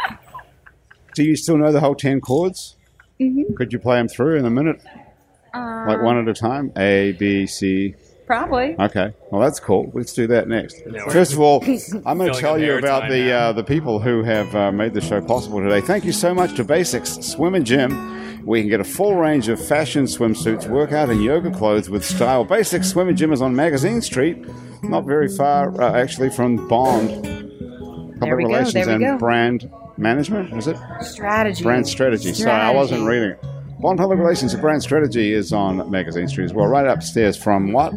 Speaker 1: Do you still know the whole 10 chords? Mm-hmm. Could you play them through in a minute? like one at a time? A, B, C,
Speaker 5: Probably.
Speaker 1: Okay. Well, that's cool. Let's do that next. First of all, I'm going to
Speaker 4: Filling
Speaker 1: tell
Speaker 4: up
Speaker 1: you
Speaker 4: air
Speaker 1: about
Speaker 4: time
Speaker 1: the
Speaker 4: now.
Speaker 1: uh, the people who have uh, made the show possible today. Thank you so much to Basics Swim and Gym. We can get a full range of fashion swimsuits, workout, and yoga clothes with style. Basics Swim and Gym is on Magazine Street, not very far uh, actually from Bond. Public
Speaker 5: we go, there
Speaker 1: relations
Speaker 5: we
Speaker 1: and
Speaker 5: go.
Speaker 1: brand management. Is it?
Speaker 5: Strategy.
Speaker 1: Brand strategy. Sorry, I wasn't reading it. Bond Public Relations and Brand Strategy is on Magazine Street as well, right upstairs from what?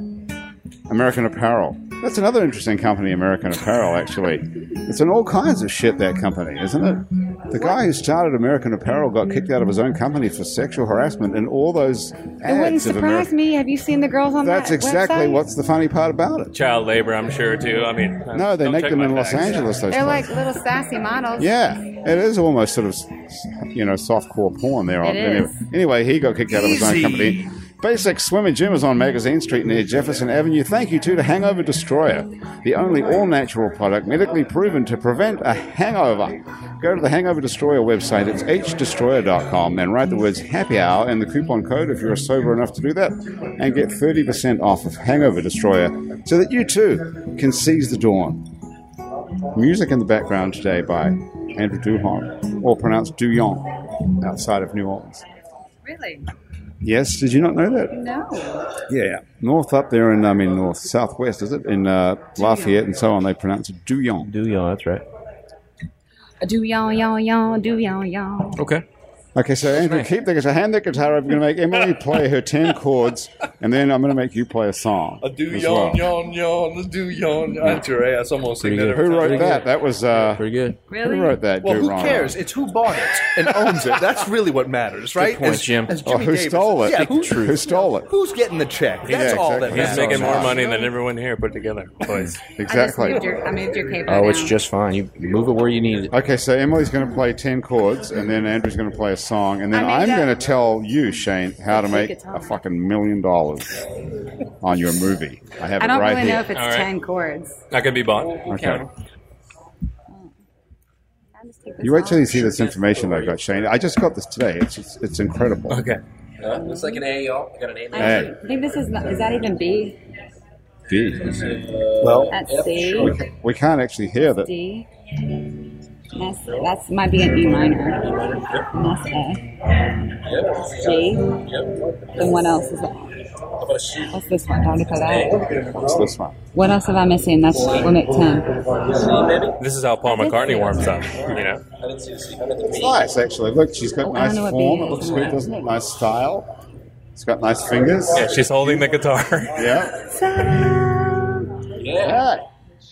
Speaker 1: American Apparel. That's another interesting company, American Apparel, actually. It's in all kinds of shit, that company, isn't it? The guy who started American Apparel got kicked out of his own company for sexual harassment and all those
Speaker 5: It wouldn't
Speaker 1: ads of
Speaker 5: surprise
Speaker 1: American.
Speaker 5: me. Have you seen the girls on
Speaker 1: That's
Speaker 5: that
Speaker 1: exactly
Speaker 5: website?
Speaker 1: what's the funny part about it.
Speaker 4: Child labor, I'm sure too. I mean,
Speaker 1: No, they
Speaker 4: don't
Speaker 1: make
Speaker 4: check
Speaker 1: them
Speaker 4: my
Speaker 1: in Los
Speaker 4: facts.
Speaker 1: Angeles, those
Speaker 5: They're
Speaker 1: places.
Speaker 5: like little sassy models.
Speaker 1: Yeah, it is almost sort of, you know, softcore porn there.
Speaker 5: It
Speaker 1: anyway.
Speaker 5: is.
Speaker 1: anyway, he got kicked out of his own
Speaker 3: Easy.
Speaker 1: company. Basic Swim and Gym is on Magazine Street near Jefferson Avenue. Thank you too to Hangover Destroyer, the only all natural product medically proven to prevent a hangover. Go to the Hangover Destroyer website, it's hdestroyer.com, and write the words happy hour and the coupon code if you're sober enough to do that, and get 30% off of Hangover Destroyer so that you too can seize the dawn. Music in the background today by Andrew Duhon, or pronounced Duyon, outside of New Orleans.
Speaker 5: Really?
Speaker 1: Yes, did you not know that?
Speaker 5: No.
Speaker 1: Yeah. North up there in, I mean, north, southwest, is it? In uh, Lafayette and so on, they pronounce it Duyon.
Speaker 2: Do y'all? That's right.
Speaker 5: Do yon yon yon do yon yon.
Speaker 2: Okay.
Speaker 1: Okay, so Andrew, keep the guitar, hand that guitar. I'm going to make Emily play her 10 chords, and then I'm going to make you play a song.
Speaker 6: A do
Speaker 1: as
Speaker 6: yawn,
Speaker 1: well.
Speaker 6: yawn, yawn, a do yawn. That's your ass. I'm gonna sing
Speaker 2: Pretty
Speaker 6: that
Speaker 2: good.
Speaker 6: every
Speaker 1: Who
Speaker 6: time.
Speaker 1: wrote that? That was, uh,
Speaker 2: Pretty good.
Speaker 5: Really?
Speaker 1: who wrote that?
Speaker 3: Well, who
Speaker 1: Duron?
Speaker 3: cares? It's who bought it and owns it. That's really what matters, right?
Speaker 2: point,
Speaker 3: As-
Speaker 2: Jim.
Speaker 3: as
Speaker 1: Or
Speaker 3: Jimmy
Speaker 1: Oh, who
Speaker 3: Davis.
Speaker 1: stole it?
Speaker 3: Yeah, who,
Speaker 1: Who stole it?
Speaker 3: who's getting the check? That's
Speaker 1: Yeah,
Speaker 3: all that
Speaker 1: exactly.
Speaker 3: matters.
Speaker 4: He's making more
Speaker 1: Sorry.
Speaker 4: money than everyone here put together, boys.
Speaker 5: I,
Speaker 1: Exactly.
Speaker 5: just moved your, I moved your cape.
Speaker 2: Oh, it's just fine. You move it where you need it.
Speaker 1: Okay, so Emily's going to play 10 chords, and then Andrew's going to play a song, and then
Speaker 5: I
Speaker 1: I'm
Speaker 5: made
Speaker 1: going
Speaker 5: a-
Speaker 1: to tell you, Shane, how to
Speaker 5: She
Speaker 1: make
Speaker 5: could tell
Speaker 1: a
Speaker 5: me.
Speaker 1: fucking million dollars on your movie. I have
Speaker 5: I
Speaker 1: it
Speaker 5: don't
Speaker 1: right
Speaker 5: really know
Speaker 1: here.
Speaker 5: if it's
Speaker 4: All right.
Speaker 5: ten chords.
Speaker 4: That could be bought.
Speaker 1: Okay.
Speaker 7: time. Just take this
Speaker 1: You wait till
Speaker 7: off.
Speaker 1: you see this information that I got, Shane. I just got this today. It's it's, it's incredible.
Speaker 4: Okay.
Speaker 2: looks like an A, y'all. I got an A.
Speaker 7: I
Speaker 1: Hey.
Speaker 7: actually think this is not, is that even B?
Speaker 1: Gee.
Speaker 3: Well,
Speaker 7: That's C.
Speaker 1: We, ca- we can't actually hear that.
Speaker 7: D. That's that's might be an E minor. And that's A. G. Then what else is that? What's this one? Down Dakota.
Speaker 1: It's this one.
Speaker 7: What else have I missing? That's we'll make ten.
Speaker 4: This is how Paul McCartney warms up. You know,
Speaker 1: It's nice, actually. Look, she's got
Speaker 7: Oh, I
Speaker 1: nice
Speaker 7: don't know what
Speaker 1: form.
Speaker 7: B
Speaker 1: It looks
Speaker 7: is.
Speaker 1: good, doesn't it? Nice style. It's got nice fingers.
Speaker 4: yeah, she's holding the guitar.
Speaker 1: Yeah. Yeah.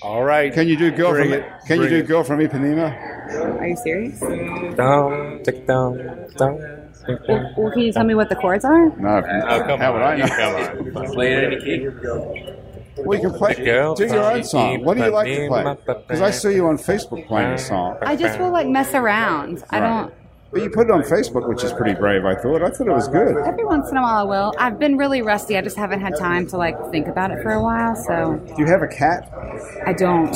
Speaker 3: all right.
Speaker 1: Can you do girl
Speaker 3: Bring
Speaker 1: from
Speaker 3: it.
Speaker 1: Can you
Speaker 3: Bring
Speaker 1: do
Speaker 3: it.
Speaker 1: girl from Ipanema?
Speaker 7: Are you serious?
Speaker 4: down, tick down, down. tick down.
Speaker 7: Well, can you tell me what the chords are?
Speaker 1: No.
Speaker 4: Oh, come
Speaker 1: How would I
Speaker 4: on.
Speaker 1: know?
Speaker 4: Come on.
Speaker 2: Play it any key.
Speaker 1: Well, you can play.
Speaker 4: girl
Speaker 1: Do your
Speaker 4: from
Speaker 1: own song. What do you like to play?
Speaker 4: Ipanema.
Speaker 1: Because I saw you on Facebook playing a song.
Speaker 5: I just will like mess around. I don't.
Speaker 1: But you put it on Facebook, which is pretty brave, I thought. I thought it was good.
Speaker 5: Every once in a while, I will. I've been really rusty. I just haven't had time to like think about it for a while, so
Speaker 1: Do you have a cat?
Speaker 5: I don't.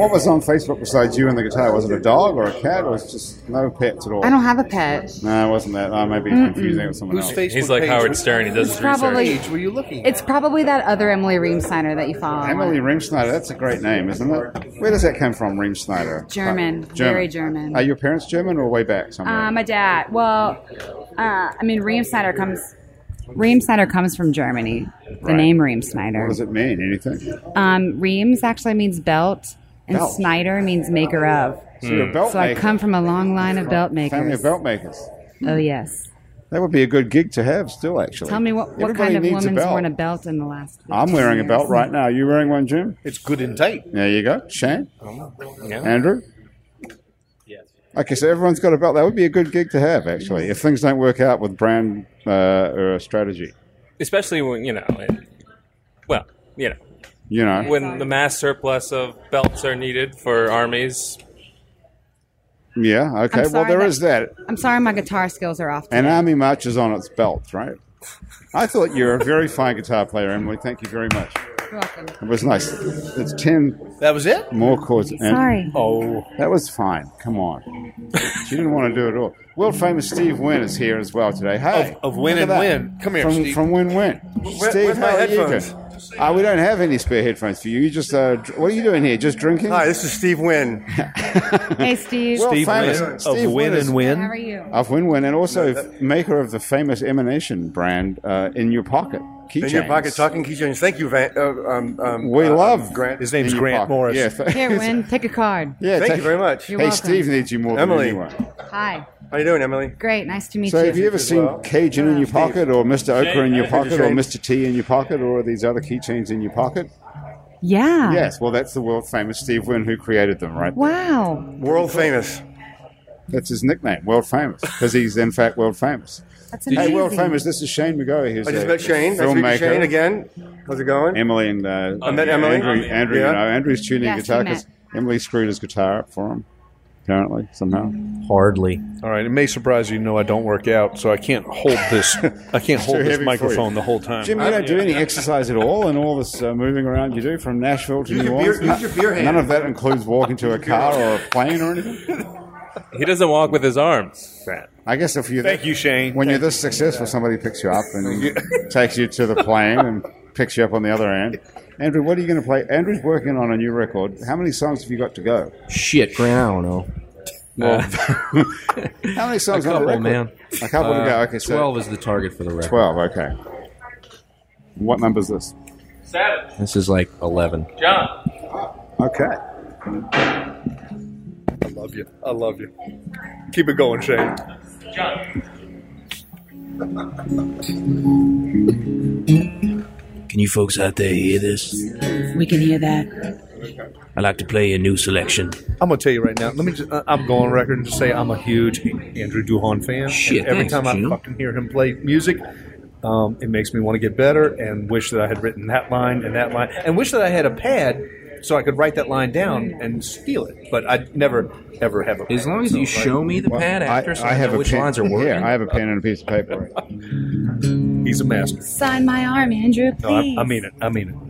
Speaker 1: What was on Facebook besides you and the guitar? Was it a dog or a cat? Or was it just no pets at all?
Speaker 5: I don't have a pet.
Speaker 1: No, it wasn't that. I may be confusing it with someone
Speaker 3: Whose
Speaker 1: else.
Speaker 3: Facebook
Speaker 4: He's like
Speaker 3: page
Speaker 4: Howard
Speaker 3: was-
Speaker 4: Stern. He does his
Speaker 5: Probably-
Speaker 4: research.
Speaker 3: page were you looking? At?
Speaker 5: It's probably that other Emily Reemsteiner that you follow. on
Speaker 1: Emily Reemschneider, that's a great name, isn't it? Where does that come from, Reemschneider?
Speaker 5: German,
Speaker 1: Like,
Speaker 5: very German.
Speaker 1: Are your parents German or way back somewhere?
Speaker 5: Uh, my dad. Well, uh, I mean, Reem Snyder comes. Reem Snyder comes from Germany. The
Speaker 1: Right.
Speaker 5: name Reem
Speaker 1: what
Speaker 5: Snyder.
Speaker 1: does it mean? Anything?
Speaker 5: Um, Reams actually means belt, and
Speaker 1: Belt.
Speaker 5: Snyder means maker of.
Speaker 1: So you're a belt
Speaker 5: So I
Speaker 1: maker.
Speaker 5: come from a long line of belt
Speaker 1: family
Speaker 5: makers.
Speaker 1: of belt makers.
Speaker 5: Oh yes.
Speaker 1: That would be a good gig to have still, actually.
Speaker 5: Tell me what, what
Speaker 1: Everybody
Speaker 5: kind of
Speaker 1: needs
Speaker 5: woman's
Speaker 1: a belt.
Speaker 5: worn a belt in the last?
Speaker 1: I'm
Speaker 5: 15
Speaker 1: wearing a belt
Speaker 5: years?
Speaker 1: right now. Are you wearing one, Jim?
Speaker 3: It's good and tight.
Speaker 1: There you go. Shane?
Speaker 4: Yeah.
Speaker 1: Andrew?
Speaker 4: Yes.
Speaker 1: Okay, so everyone's got a belt. That would be a good gig to have, actually, if things don't work out with brand uh, or strategy.
Speaker 4: Especially when you know, it, well, you know,
Speaker 1: You know,
Speaker 4: when the mass surplus of belts are needed for armies.
Speaker 1: yeah, okay.
Speaker 5: I'm
Speaker 1: Well,
Speaker 5: sorry
Speaker 1: there
Speaker 5: that-
Speaker 1: is that.
Speaker 5: I'm sorry, my guitar skills are off.
Speaker 1: An army marches on its belt, right? I thought you were a very fine guitar player, Emily. Thank you very much.
Speaker 5: You're welcome.
Speaker 1: It was nice. It's ten
Speaker 3: That was it.
Speaker 1: more chords. and-
Speaker 5: Sorry.
Speaker 3: Oh,
Speaker 1: That was fine. Come on. She didn't want to do it all. World famous Steve Wynn is here as well today. Hey.
Speaker 3: Of- of
Speaker 1: look
Speaker 3: Wynn
Speaker 1: at
Speaker 3: and
Speaker 1: that.
Speaker 3: Wynn. Come here,
Speaker 1: from,
Speaker 3: Steve.
Speaker 1: From Wynn Wynn. Steve,
Speaker 8: where's
Speaker 1: how
Speaker 8: my
Speaker 1: are you
Speaker 8: headphones?
Speaker 1: doing? Uh, we don't have any spare headphones for you. You just, uh, dr- what are you doing here? Just drinking?
Speaker 8: Hi, this is Steve Wynn.
Speaker 5: Hey, Steve.
Speaker 1: World
Speaker 3: Steve
Speaker 1: famous.
Speaker 3: Wynn
Speaker 1: Steve
Speaker 3: of Win
Speaker 1: is-
Speaker 3: and
Speaker 5: How
Speaker 3: Win.
Speaker 5: are you?
Speaker 1: Of Win Win, and also f- maker of the famous emanation brand uh, in your pocket keychains.
Speaker 8: In your pocket, talking keychains. Thank you, Van. Uh, um, um,
Speaker 1: We
Speaker 8: uh,
Speaker 1: love
Speaker 8: Grant.
Speaker 3: His name's
Speaker 1: In Your
Speaker 3: Grant
Speaker 1: Pocket.
Speaker 3: Morris.
Speaker 1: Yeah, th-
Speaker 5: Here, Win. Take a card.
Speaker 1: yeah,
Speaker 8: Thank
Speaker 1: take-
Speaker 8: you very much.
Speaker 1: Hey,
Speaker 5: You're welcome.
Speaker 1: Steve needs you more
Speaker 8: Emily.
Speaker 1: than anyone.
Speaker 5: Hi.
Speaker 8: How you doing, Emily?
Speaker 5: Great. Nice to meet
Speaker 1: So,
Speaker 5: you.
Speaker 1: have you ever seen
Speaker 8: well.
Speaker 1: Cajun in your pocket, or Mr. Okra in your pocket, or
Speaker 8: Shane.
Speaker 1: Mr. T in your pocket, or these other keychains in your pocket?
Speaker 5: Uh-huh. Yeah.
Speaker 1: Yes, well, that's the world famous Steve Wynn who created them, right?
Speaker 5: Wow.
Speaker 8: World famous.
Speaker 1: That's his nickname, world famous, because he's in fact world famous.
Speaker 5: That's amazing.
Speaker 1: Hey, world famous. This is Shane McGoey, who's
Speaker 8: I just
Speaker 1: a
Speaker 8: met Shane. Nice to meet
Speaker 1: filmmaker.
Speaker 8: you, Shane again. How's it going?
Speaker 1: Emily and uh,
Speaker 8: I met Emily.
Speaker 1: Andrew, Andrew, you
Speaker 8: Yeah.
Speaker 1: know, Andrew's tuning
Speaker 5: Yes, we
Speaker 1: guitar because Emily screwed his guitar up for him, apparently somehow.
Speaker 2: Hardly.
Speaker 3: All right. It may surprise you. to know I don't work out, so I can't hold this. I can't hold
Speaker 1: too
Speaker 3: this
Speaker 1: heavy for you.
Speaker 3: microphone the whole time.
Speaker 1: Jim, you don't do any exercise at all, and all this uh, moving around you do from Nashville to
Speaker 8: Use
Speaker 1: New
Speaker 8: your beer-
Speaker 1: Orleans.
Speaker 8: use your beer hand.
Speaker 1: None of that includes walking to a car or a plane or anything.
Speaker 4: He doesn't walk with his arms.
Speaker 1: I guess if you
Speaker 3: Thank you, Shane.
Speaker 1: when you're this successful, somebody picks you up and takes you to the plane and picks you up on the other end. Andrew, what are you going to play? Andrew's working on a new record. How many songs have you got to go?
Speaker 2: Shit, oh. Grant, I don't know.
Speaker 1: How many songs
Speaker 2: couple,
Speaker 1: on the
Speaker 2: man. Uh,
Speaker 1: record? A couple to go. Okay, so
Speaker 2: Twelve is the target for the record.
Speaker 1: 12, okay. What number's this?
Speaker 4: Seven.
Speaker 2: This is like eleven.
Speaker 4: John.
Speaker 1: Okay.
Speaker 8: I love you. I love you. Keep it going, Shane.
Speaker 4: John.
Speaker 9: Can you folks out there hear this?
Speaker 5: We can hear that.
Speaker 9: I like to play a new selection.
Speaker 3: I'm gonna tell you right now. Let me. Just, I- I'm going on record and just say I'm a huge Andrew Duhon fan. and
Speaker 9: Shit,
Speaker 3: every
Speaker 9: thanks,
Speaker 3: time I
Speaker 9: Gene.
Speaker 3: fucking hear him play music, um, it makes me want to get better and wish that I had written that line and that line, and wish that I had a pad so I could write that line down and steal it. But I never ever have a.
Speaker 2: As long as you show me the pad after, so I, know which
Speaker 1: pen.
Speaker 2: lines are working.
Speaker 1: Yeah, I have a pen and a piece of paper.
Speaker 3: He's a master.
Speaker 5: Sign my arm, Andrew,
Speaker 3: No, I,
Speaker 5: please.
Speaker 3: I mean it. I mean it.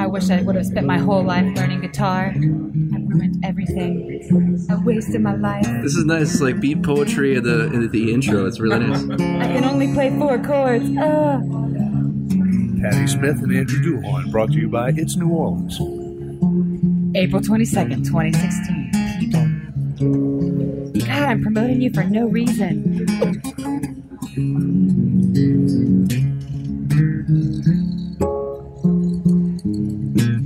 Speaker 7: I wish I would have spent my whole life learning guitar. I ruined everything. I wasted my life.
Speaker 10: This is nice, like beat poetry at the at the intro. It's really nice.
Speaker 7: I can only play four chords. Ugh.
Speaker 3: Patty Smith and Andrew Duhon, brought to you by It's New Orleans.
Speaker 7: April 22nd, 2016. People. God, I'm promoting you for no reason.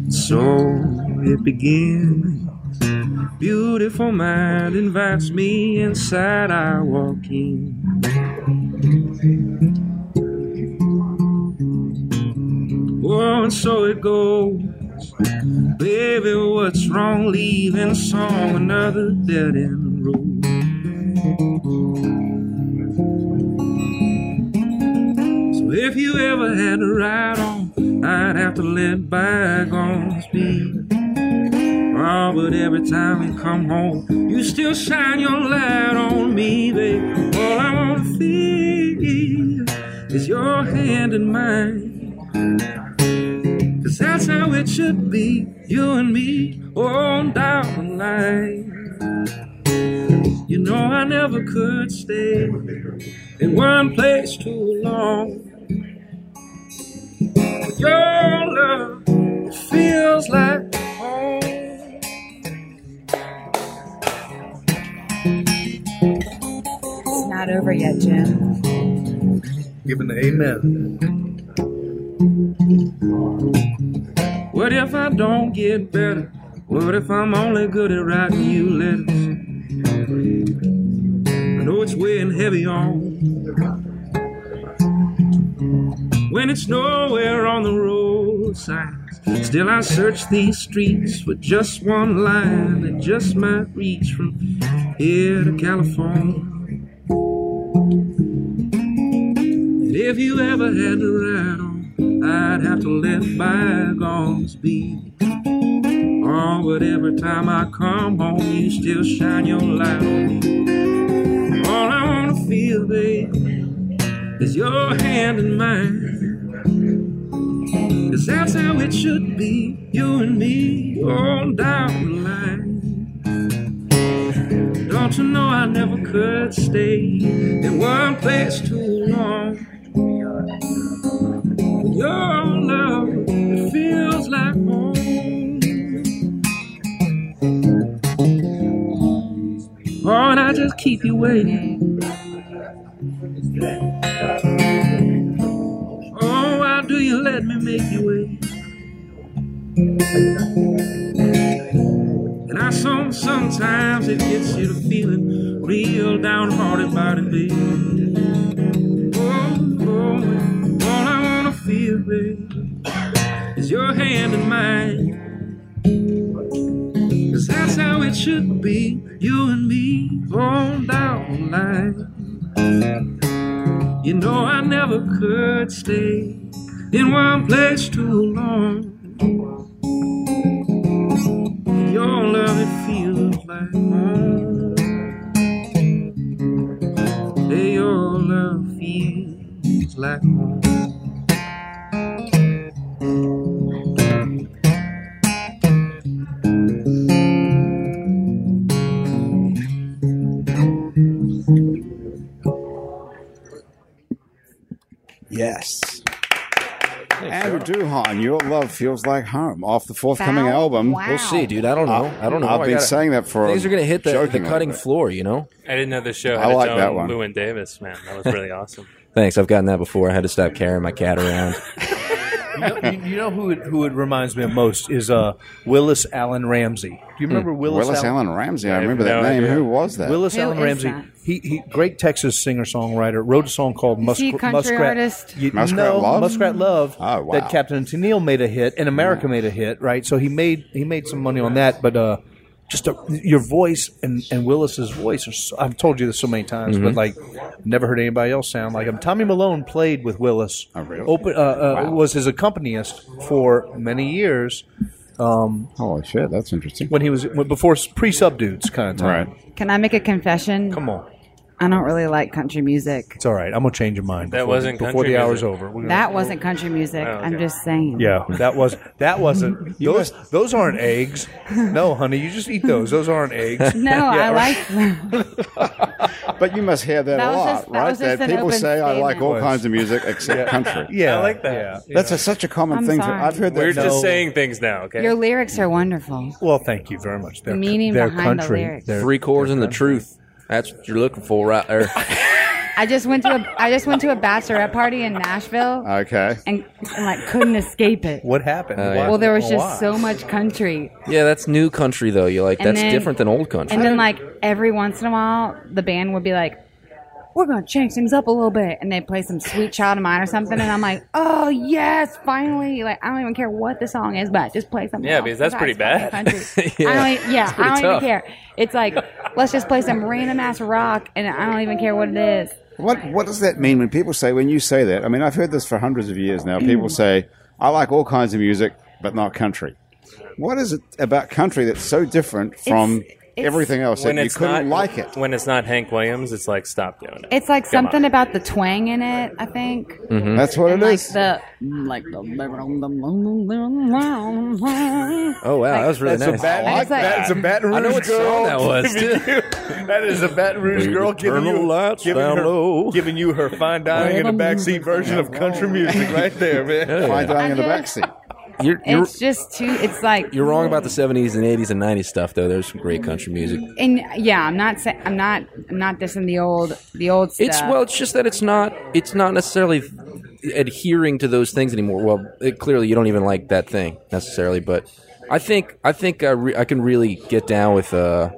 Speaker 9: So it begins. Beautiful mind invites me inside. I walk in. Oh, and so it goes. Baby, what's wrong leaving song another dead end road? So if you ever had to ride on, I'd have to let bygones be. Oh, but every time we come home, you still shine your light on me, babe. All I wanna feel is your hand in mine. Cause that's how it should be, you and me, on down the line. You know I never could stay in one place too long. But your love it feels like home.
Speaker 7: It's not over yet, Jim.
Speaker 8: Giving the amen.
Speaker 9: What if I don't get better? What if I'm only good at writing you letters? I know it's weighing heavy on. When it's nowhere on the road signs, still I search these streets for just one line that just might reach from here to California. And if you ever had to ride on, I'd have to let bygones be. Oh, but every time I come home, you still shine your light on me. All I wanna feel, babe, is your hand in mine. Cause that's how it should be, you and me, on down the line. Don't you know I never could stay in one place too long? Your love, it feels like home. Oh, and I just keep you waiting. Oh, why do you let me make you wait? And I some sometimes it gets you to feeling real downhearted about it, baby. Oh, oh, all I wanna feel, baby, is your hand in mine. Cause that's how it should be, you and me, on down the line. You know I never could stay in one place too long. Your love it feels like home. Hey, your love feels like home.
Speaker 1: Yes. Andrew Duhon, Your Love Feels Like Home, off the forthcoming
Speaker 5: Wow.
Speaker 1: album.
Speaker 5: Wow.
Speaker 2: We'll see, dude. I don't know. I don't know.
Speaker 1: I've
Speaker 2: I
Speaker 1: been
Speaker 2: gotta-
Speaker 1: saying that for
Speaker 2: things are gonna hit the, the
Speaker 1: jokingly,
Speaker 2: cutting
Speaker 1: but-
Speaker 2: floor. You know.
Speaker 4: I didn't know this show
Speaker 1: I
Speaker 4: had
Speaker 1: like
Speaker 4: its own
Speaker 1: that one.
Speaker 4: Lewin Davis, man. That was really awesome.
Speaker 2: Thanks. I've gotten that before. I had to stop carrying my cat around.
Speaker 3: you, you know who it, who it reminds me of most is uh, Willis Allen Ramsey. Do you remember Hmm. Willis,
Speaker 1: Willis
Speaker 3: Allen?
Speaker 1: Allen Ramsey. I remember that
Speaker 4: no
Speaker 1: name.
Speaker 4: idea.
Speaker 1: Who was that?
Speaker 3: Willis
Speaker 5: Who
Speaker 3: Allen
Speaker 5: is
Speaker 3: Ramsey.
Speaker 5: that?
Speaker 3: He, he great Texas singer songwriter wrote a song called Mus-
Speaker 5: he a country
Speaker 3: Muskrat
Speaker 5: artist?
Speaker 3: You-
Speaker 1: Muskrat
Speaker 3: no,
Speaker 1: Love?
Speaker 3: Muskrat Love.
Speaker 1: Oh, wow.
Speaker 3: That Captain Tennille made a hit, and America made a hit, right? So he made he made some money on that, but uh, just a, your voice and, and Willis's voice. Are so, I've told you this so many times,
Speaker 1: Mm-hmm.
Speaker 3: but like never heard anybody else sound like him. Tommy Malone played with Willis.
Speaker 1: Oh, really?
Speaker 3: Open, uh, uh,
Speaker 1: Wow.
Speaker 3: was his accompanist for many years um,
Speaker 1: Holy shit, that's interesting.
Speaker 3: when he was when, before pre-subdudes kind of time.
Speaker 1: Right.
Speaker 5: Can I make a confession?
Speaker 3: Come on.
Speaker 5: I don't really like country music.
Speaker 3: It's all right. I'm gonna change your mind.
Speaker 4: That
Speaker 3: before,
Speaker 4: wasn't
Speaker 3: before
Speaker 4: country
Speaker 3: the hour's
Speaker 4: music.
Speaker 3: over. We're gonna-
Speaker 5: That wasn't country music. I'm just saying.
Speaker 3: Oh, Yeah, that was that wasn't those those aren't eggs. No, honey, you just eat those. Those aren't eggs.
Speaker 5: No,
Speaker 3: Yeah,
Speaker 5: I
Speaker 3: or-
Speaker 5: like
Speaker 1: But you must hear that,
Speaker 5: That
Speaker 1: a
Speaker 5: was
Speaker 1: lot,
Speaker 5: just- that
Speaker 1: right?
Speaker 5: was just
Speaker 1: that
Speaker 5: an
Speaker 1: people say
Speaker 5: open
Speaker 1: I like all
Speaker 3: statement.
Speaker 1: kinds of music except country.
Speaker 3: Yeah,
Speaker 4: I like that.
Speaker 1: That's a, such a common
Speaker 5: I'm
Speaker 1: thing. To,
Speaker 5: sorry.
Speaker 1: I've heard that.
Speaker 4: We're
Speaker 1: now.
Speaker 4: just saying things now, okay?
Speaker 5: your lyrics are wonderful.
Speaker 3: Well, thank you very much. They're,
Speaker 5: The meaning
Speaker 3: they're
Speaker 5: behind the
Speaker 3: country.
Speaker 5: lyrics.
Speaker 3: They're-
Speaker 2: Three cores and the truth. That's what you're looking for right there.
Speaker 5: I just went to a I just went to a bachelorette party in Nashville
Speaker 1: Okay.
Speaker 5: and, and like couldn't escape it.
Speaker 3: What happened?
Speaker 2: Oh, yeah.
Speaker 3: Why-
Speaker 5: Well, there was
Speaker 3: why?
Speaker 5: just so much country,
Speaker 2: yeah, that's new country though. You're like,
Speaker 5: And
Speaker 2: that's
Speaker 5: then-
Speaker 2: different than old country.
Speaker 5: and then like every once in a while, the band would be like, "We're gonna change things up a little bit," and they play some "Sweet Child of Mine" or something, and I'm like, "Oh yes, finally!" Like I don't even care what the song is, but just play something.
Speaker 4: Yeah,
Speaker 5: else
Speaker 4: because that's pretty
Speaker 5: besides
Speaker 4: bad.
Speaker 5: fucking country.
Speaker 2: Yeah.
Speaker 5: I don't, e- yeah, I
Speaker 2: pretty
Speaker 5: don't
Speaker 2: tough.
Speaker 5: even care. It's like let's just play some random ass rock, and I don't even care what it is.
Speaker 1: What What does that mean when people say when you say that? I mean, I've heard this for hundreds of years now. People
Speaker 5: Mm.
Speaker 1: say I like all kinds of music, but not country. What is it about country that's so different from
Speaker 5: It's- it's-
Speaker 1: everything else that you couldn't like it?
Speaker 4: When it's not Hank Williams, it's like stop doing it.
Speaker 5: It's like
Speaker 4: Come on.
Speaker 5: something about the twang in it. I think.
Speaker 2: Mm.
Speaker 1: That's what
Speaker 5: And
Speaker 1: it
Speaker 5: like
Speaker 1: is.
Speaker 5: the mm, like the
Speaker 2: oh wow, that was really
Speaker 3: That's
Speaker 2: nice.
Speaker 3: a Baton,
Speaker 5: I like that.
Speaker 3: that's a Baton Rouge
Speaker 2: I know what
Speaker 3: girl.
Speaker 2: song that was.
Speaker 3: giving you- that is a Baton Rouge
Speaker 2: Baby,
Speaker 3: girl giving
Speaker 2: turn the
Speaker 3: you,
Speaker 2: lights
Speaker 3: giving,
Speaker 2: down
Speaker 3: her,
Speaker 2: low.
Speaker 3: giving you her fine dining in the backseat version of country music right there, man.
Speaker 1: Fine dining in the
Speaker 5: I just-
Speaker 1: backseat.
Speaker 2: You're, you're,
Speaker 5: It's just too. It's like
Speaker 2: you're wrong about the 70s and 80s and 90s stuff though. There's some great country music.
Speaker 5: And yeah, I'm not. Say, I'm not. I'm not dissing the old. The old stuff.
Speaker 2: It's well, it's just that it's not it's not necessarily adhering to those things anymore. Well, it, clearly you don't even like that thing necessarily, but I think I think I, re- I can really get down with uh,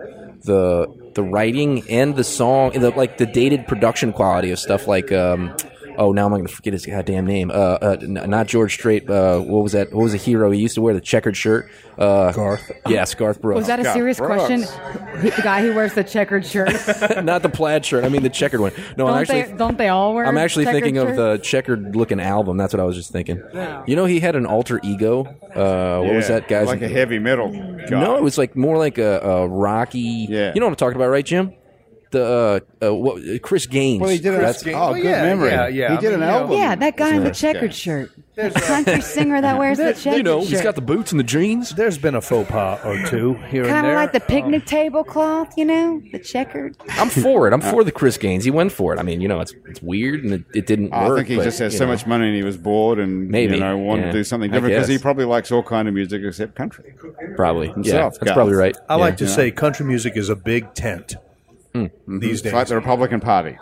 Speaker 2: the the writing and the song and the like the dated production quality of stuff like um, oh now I'm going to forget his goddamn name uh, uh n- not George Strait uh, what was that what was a hero he used to wear the checkered shirt uh, Garth yes Garth Brooks
Speaker 5: Was that a serious
Speaker 1: Brooks.
Speaker 5: question? The guy who wears the checkered shirt.
Speaker 2: not the plaid shirt I mean the checkered one no I'm
Speaker 5: don't
Speaker 2: actually
Speaker 5: they? Don't they all wear?
Speaker 2: I'm actually
Speaker 5: checkered
Speaker 2: thinking of
Speaker 5: shirts?
Speaker 2: the checkered looking album. That's what I was just thinking. You know, he had an alter ego. Uh, what was
Speaker 1: Yeah,
Speaker 2: that guy's
Speaker 1: Like a
Speaker 2: name?
Speaker 1: heavy metal. Guy.
Speaker 2: No, it was like more like a, a rocky.
Speaker 1: Yeah.
Speaker 2: You know what I'm talking about, right, Jim? The uh, uh, what, uh, Chris Gaines.
Speaker 1: Well, he did an,
Speaker 2: That's-
Speaker 1: oh, good
Speaker 3: yeah,
Speaker 1: memory.
Speaker 3: yeah, yeah.
Speaker 1: He
Speaker 3: I
Speaker 1: did
Speaker 3: mean,
Speaker 1: an
Speaker 3: you know-
Speaker 1: album.
Speaker 5: Yeah, that guy in the
Speaker 1: That's good.
Speaker 5: checkered shirt. There's country singer that wears the checkered
Speaker 2: you know,
Speaker 5: shirt.
Speaker 2: he's got the boots and the jeans.
Speaker 3: There's been a faux pas or two here and
Speaker 5: kind of
Speaker 3: there.
Speaker 5: like the picnic tablecloth, you know, the checkered.
Speaker 2: I'm for it. I'm for the Chris Gaines. He went for it. I mean, you know, it's it's weird and it, it didn't
Speaker 1: I
Speaker 2: work.
Speaker 1: think he
Speaker 2: but,
Speaker 1: just has
Speaker 2: you
Speaker 1: so
Speaker 2: know.
Speaker 1: much money and he was bored and
Speaker 2: Maybe,
Speaker 1: you know wanted
Speaker 2: yeah.
Speaker 1: to do something
Speaker 2: I
Speaker 1: different because he
Speaker 2: guess.
Speaker 1: probably likes all kind of music except country.
Speaker 2: Probably. Yeah,
Speaker 1: himself,
Speaker 2: that's
Speaker 1: guys.
Speaker 2: probably right.
Speaker 3: I
Speaker 2: Yeah.
Speaker 3: like to say country music is a big tent
Speaker 1: Hmm.
Speaker 3: these
Speaker 1: It's
Speaker 3: days.
Speaker 1: like the Republican Party.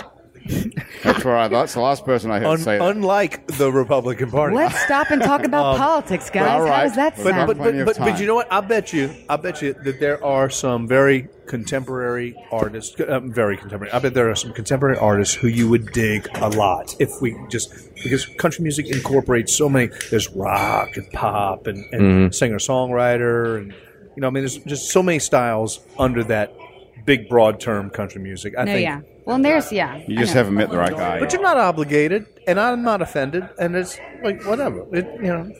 Speaker 1: That's where I. That's the last person I heard
Speaker 3: Un-
Speaker 1: say that.
Speaker 3: unlike the Republican Party.
Speaker 5: Let's stop and talk about politics, guys.
Speaker 1: all right.
Speaker 5: How does that
Speaker 1: But-
Speaker 5: sound?
Speaker 1: have
Speaker 3: but, but,
Speaker 1: plenty of
Speaker 3: but, but
Speaker 1: time.
Speaker 3: you know what? I bet you, I bet you that there are some very contemporary artists, uh, very contemporary. I bet there are some contemporary artists who you would dig a lot if we just because country music incorporates so many. There's rock and pop and, and singer songwriter and you know, I mean, there's just so many styles under that big broad term country music. I
Speaker 5: no,
Speaker 3: think.
Speaker 5: yeah. Well, and there's yeah.
Speaker 1: you just haven't met the right guy.
Speaker 3: But you're not obligated, and I'm not offended, and it's like whatever. It, you know,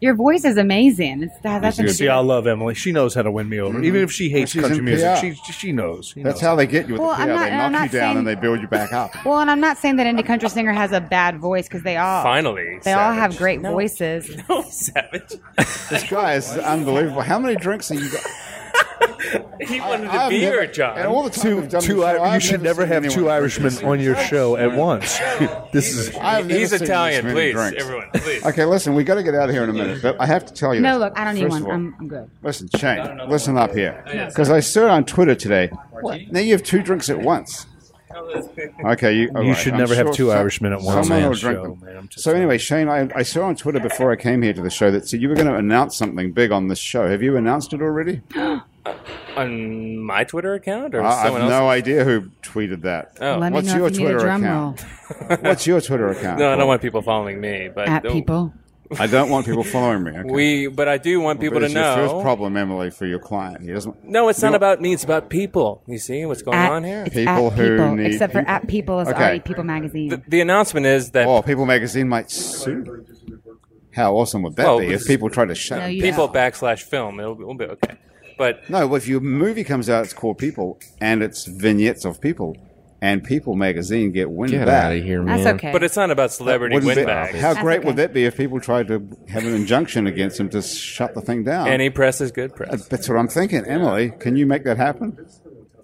Speaker 5: Your voice is amazing. It's that, that's
Speaker 1: It's good.
Speaker 5: a
Speaker 3: See, I love Emily. She knows how to win me over, even if she hates
Speaker 1: Mm-hmm. She's
Speaker 3: country
Speaker 1: in
Speaker 3: music.
Speaker 1: PR.
Speaker 3: She she knows. She
Speaker 1: That's
Speaker 3: knows.
Speaker 1: how they get you with
Speaker 5: Well,
Speaker 1: the PR.
Speaker 5: I'm not-
Speaker 1: they
Speaker 5: and
Speaker 1: knock
Speaker 5: I'm
Speaker 1: you down
Speaker 5: not saying-
Speaker 1: and they build you back up.
Speaker 5: Well, and I'm not saying that any country singer has a bad voice because they all
Speaker 4: Finally,
Speaker 5: they all have
Speaker 4: Savage.
Speaker 5: great voices.
Speaker 4: No, savage.
Speaker 1: this guy is unbelievable. How many drinks have you got?
Speaker 4: He wanted
Speaker 1: I've
Speaker 4: to be
Speaker 1: never-
Speaker 4: your
Speaker 1: And
Speaker 4: job.
Speaker 1: all the time we've done
Speaker 3: Two,
Speaker 1: this show,
Speaker 3: I, you
Speaker 1: I've
Speaker 3: should never
Speaker 1: seen
Speaker 3: have
Speaker 1: anyone
Speaker 3: two
Speaker 1: drink
Speaker 3: Irishmen
Speaker 1: this
Speaker 3: on your
Speaker 1: much.
Speaker 3: show at once. this is
Speaker 1: I've never
Speaker 4: He's
Speaker 1: seen this
Speaker 4: Italian,
Speaker 1: many
Speaker 4: please.
Speaker 1: drinks.
Speaker 4: Everyone, please.
Speaker 1: Okay, listen, we got to get out of here in a minute, but I have to tell you.
Speaker 5: No,
Speaker 1: this.
Speaker 5: look, I don't need
Speaker 1: First of
Speaker 5: one. Um,
Speaker 1: all,
Speaker 5: I'm, I'm good.
Speaker 1: Listen, Shane, listen up here. Because I saw it on Twitter today. Now you have two drinks at once. Okay, you, all
Speaker 3: You
Speaker 1: right,
Speaker 3: should
Speaker 1: I'm
Speaker 3: never have
Speaker 1: sure
Speaker 3: two
Speaker 1: some-
Speaker 3: Irishmen at once
Speaker 1: Someone
Speaker 3: on
Speaker 1: will
Speaker 3: the
Speaker 1: drink
Speaker 3: show,
Speaker 1: them.
Speaker 3: man. I'm just
Speaker 1: so anyway, Shane, I, I saw on Twitter before I came here to the show that said you were going to announce something big on this show. Have you announced it already?
Speaker 4: On my Twitter account or
Speaker 1: I I have
Speaker 4: someone else?
Speaker 1: no idea who tweeted that.
Speaker 4: Oh.
Speaker 5: Let me
Speaker 1: What's
Speaker 5: know
Speaker 1: your
Speaker 5: if you need a
Speaker 1: Twitter
Speaker 5: drum
Speaker 1: account? What's your Twitter account?
Speaker 4: No, I don't want people following me, but
Speaker 5: roll at
Speaker 4: the-
Speaker 5: people.
Speaker 1: I don't want people following me. Okay.
Speaker 4: We, but I do want people
Speaker 1: But
Speaker 4: to
Speaker 1: it's
Speaker 4: know.
Speaker 1: Your first problem, Emily, for your client. He doesn't.
Speaker 4: No, it's not
Speaker 1: You-
Speaker 4: about me. It's about people. You see what's going
Speaker 5: At,
Speaker 4: on here?
Speaker 5: It's
Speaker 1: People
Speaker 5: at
Speaker 1: who
Speaker 5: people,
Speaker 1: need
Speaker 5: except for
Speaker 1: people.
Speaker 5: at people is
Speaker 1: Okay.
Speaker 5: already People Magazine.
Speaker 4: The, the announcement is that
Speaker 1: Oh, People Magazine might sue. How awesome would that
Speaker 4: Well,
Speaker 1: be
Speaker 4: it's-
Speaker 1: if people try to shut
Speaker 5: No,
Speaker 1: it
Speaker 5: you-
Speaker 4: people
Speaker 5: Yeah.
Speaker 4: backslash film. It'll, it'll be okay. But
Speaker 1: No, if your movie comes out, it's called People, and it's vignettes of people. and People Magazine get windback.
Speaker 2: Get outta here,
Speaker 5: That's man. okay.
Speaker 4: But it's not about celebrity
Speaker 1: Wouldn't it-
Speaker 4: windbags.
Speaker 1: How
Speaker 5: That's
Speaker 1: great
Speaker 5: okay.
Speaker 1: would that be if people tried to have an injunction against them to shut the thing down?
Speaker 4: Any press is good
Speaker 1: Uh,
Speaker 4: press.
Speaker 1: That's what I'm thinking, Emily. Can you make that happen?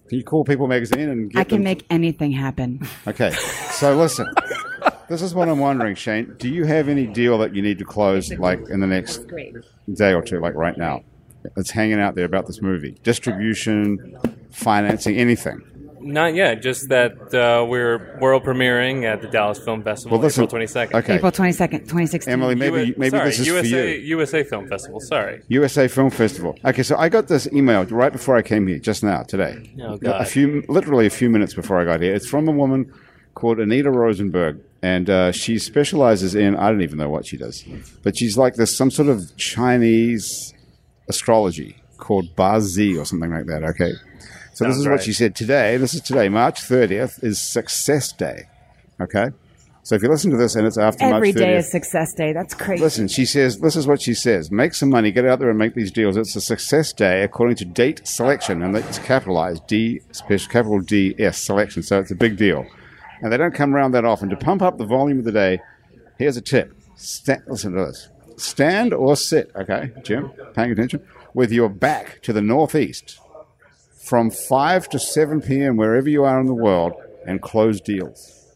Speaker 1: Can you call People Magazine and get
Speaker 5: I can
Speaker 1: them-
Speaker 5: make anything happen.
Speaker 1: Okay, so listen. This is what I'm wondering, Shane. Do you have any deal that you need to close, like in the next
Speaker 5: Great.
Speaker 1: day or two, like right now? That's hanging out there about this movie, distribution, financing, anything.
Speaker 4: Not yet. Just that uh, we're world premiering at the Dallas Film Festival
Speaker 1: Well, listen.
Speaker 4: April 22nd.
Speaker 1: Okay,
Speaker 5: April 22nd, 2016.
Speaker 1: Emily, maybe
Speaker 4: U-
Speaker 1: maybe
Speaker 4: sorry,
Speaker 1: this is
Speaker 4: USA,
Speaker 1: for you.
Speaker 4: USA Film Festival. Sorry.
Speaker 1: USA Film Festival. Okay, so I got this email right before I came here, just now, today.
Speaker 4: Oh,
Speaker 1: a
Speaker 4: God.
Speaker 1: few, literally a few minutes before I got here. It's from a woman called Anita Rosenberg, and uh, she specializes in I don't even know what she does, but she's like this some sort of Chinese astrology called Bazi or something like that. Okay, so this
Speaker 4: Sounds
Speaker 1: is what
Speaker 4: right.
Speaker 1: she said today. This is today, March thirtieth is Success Day. Okay, so if you listen to this and it's after
Speaker 5: Every
Speaker 1: March
Speaker 5: day
Speaker 1: thirtieth,
Speaker 5: is success day. That's crazy.
Speaker 1: Listen, she says, this is what she says make some money, get out there and make these deals. It's a success day according to date selection, and that's capitalized D, special capital D S selection. So it's a big deal. And they don't come around that often. To pump up the volume of the day, here's a tip. Sta- listen to this. Stand or sit, okay, Jim, paying attention, with your back to the northeast from 5 to 7 p.m., wherever you are in the world, and close deals.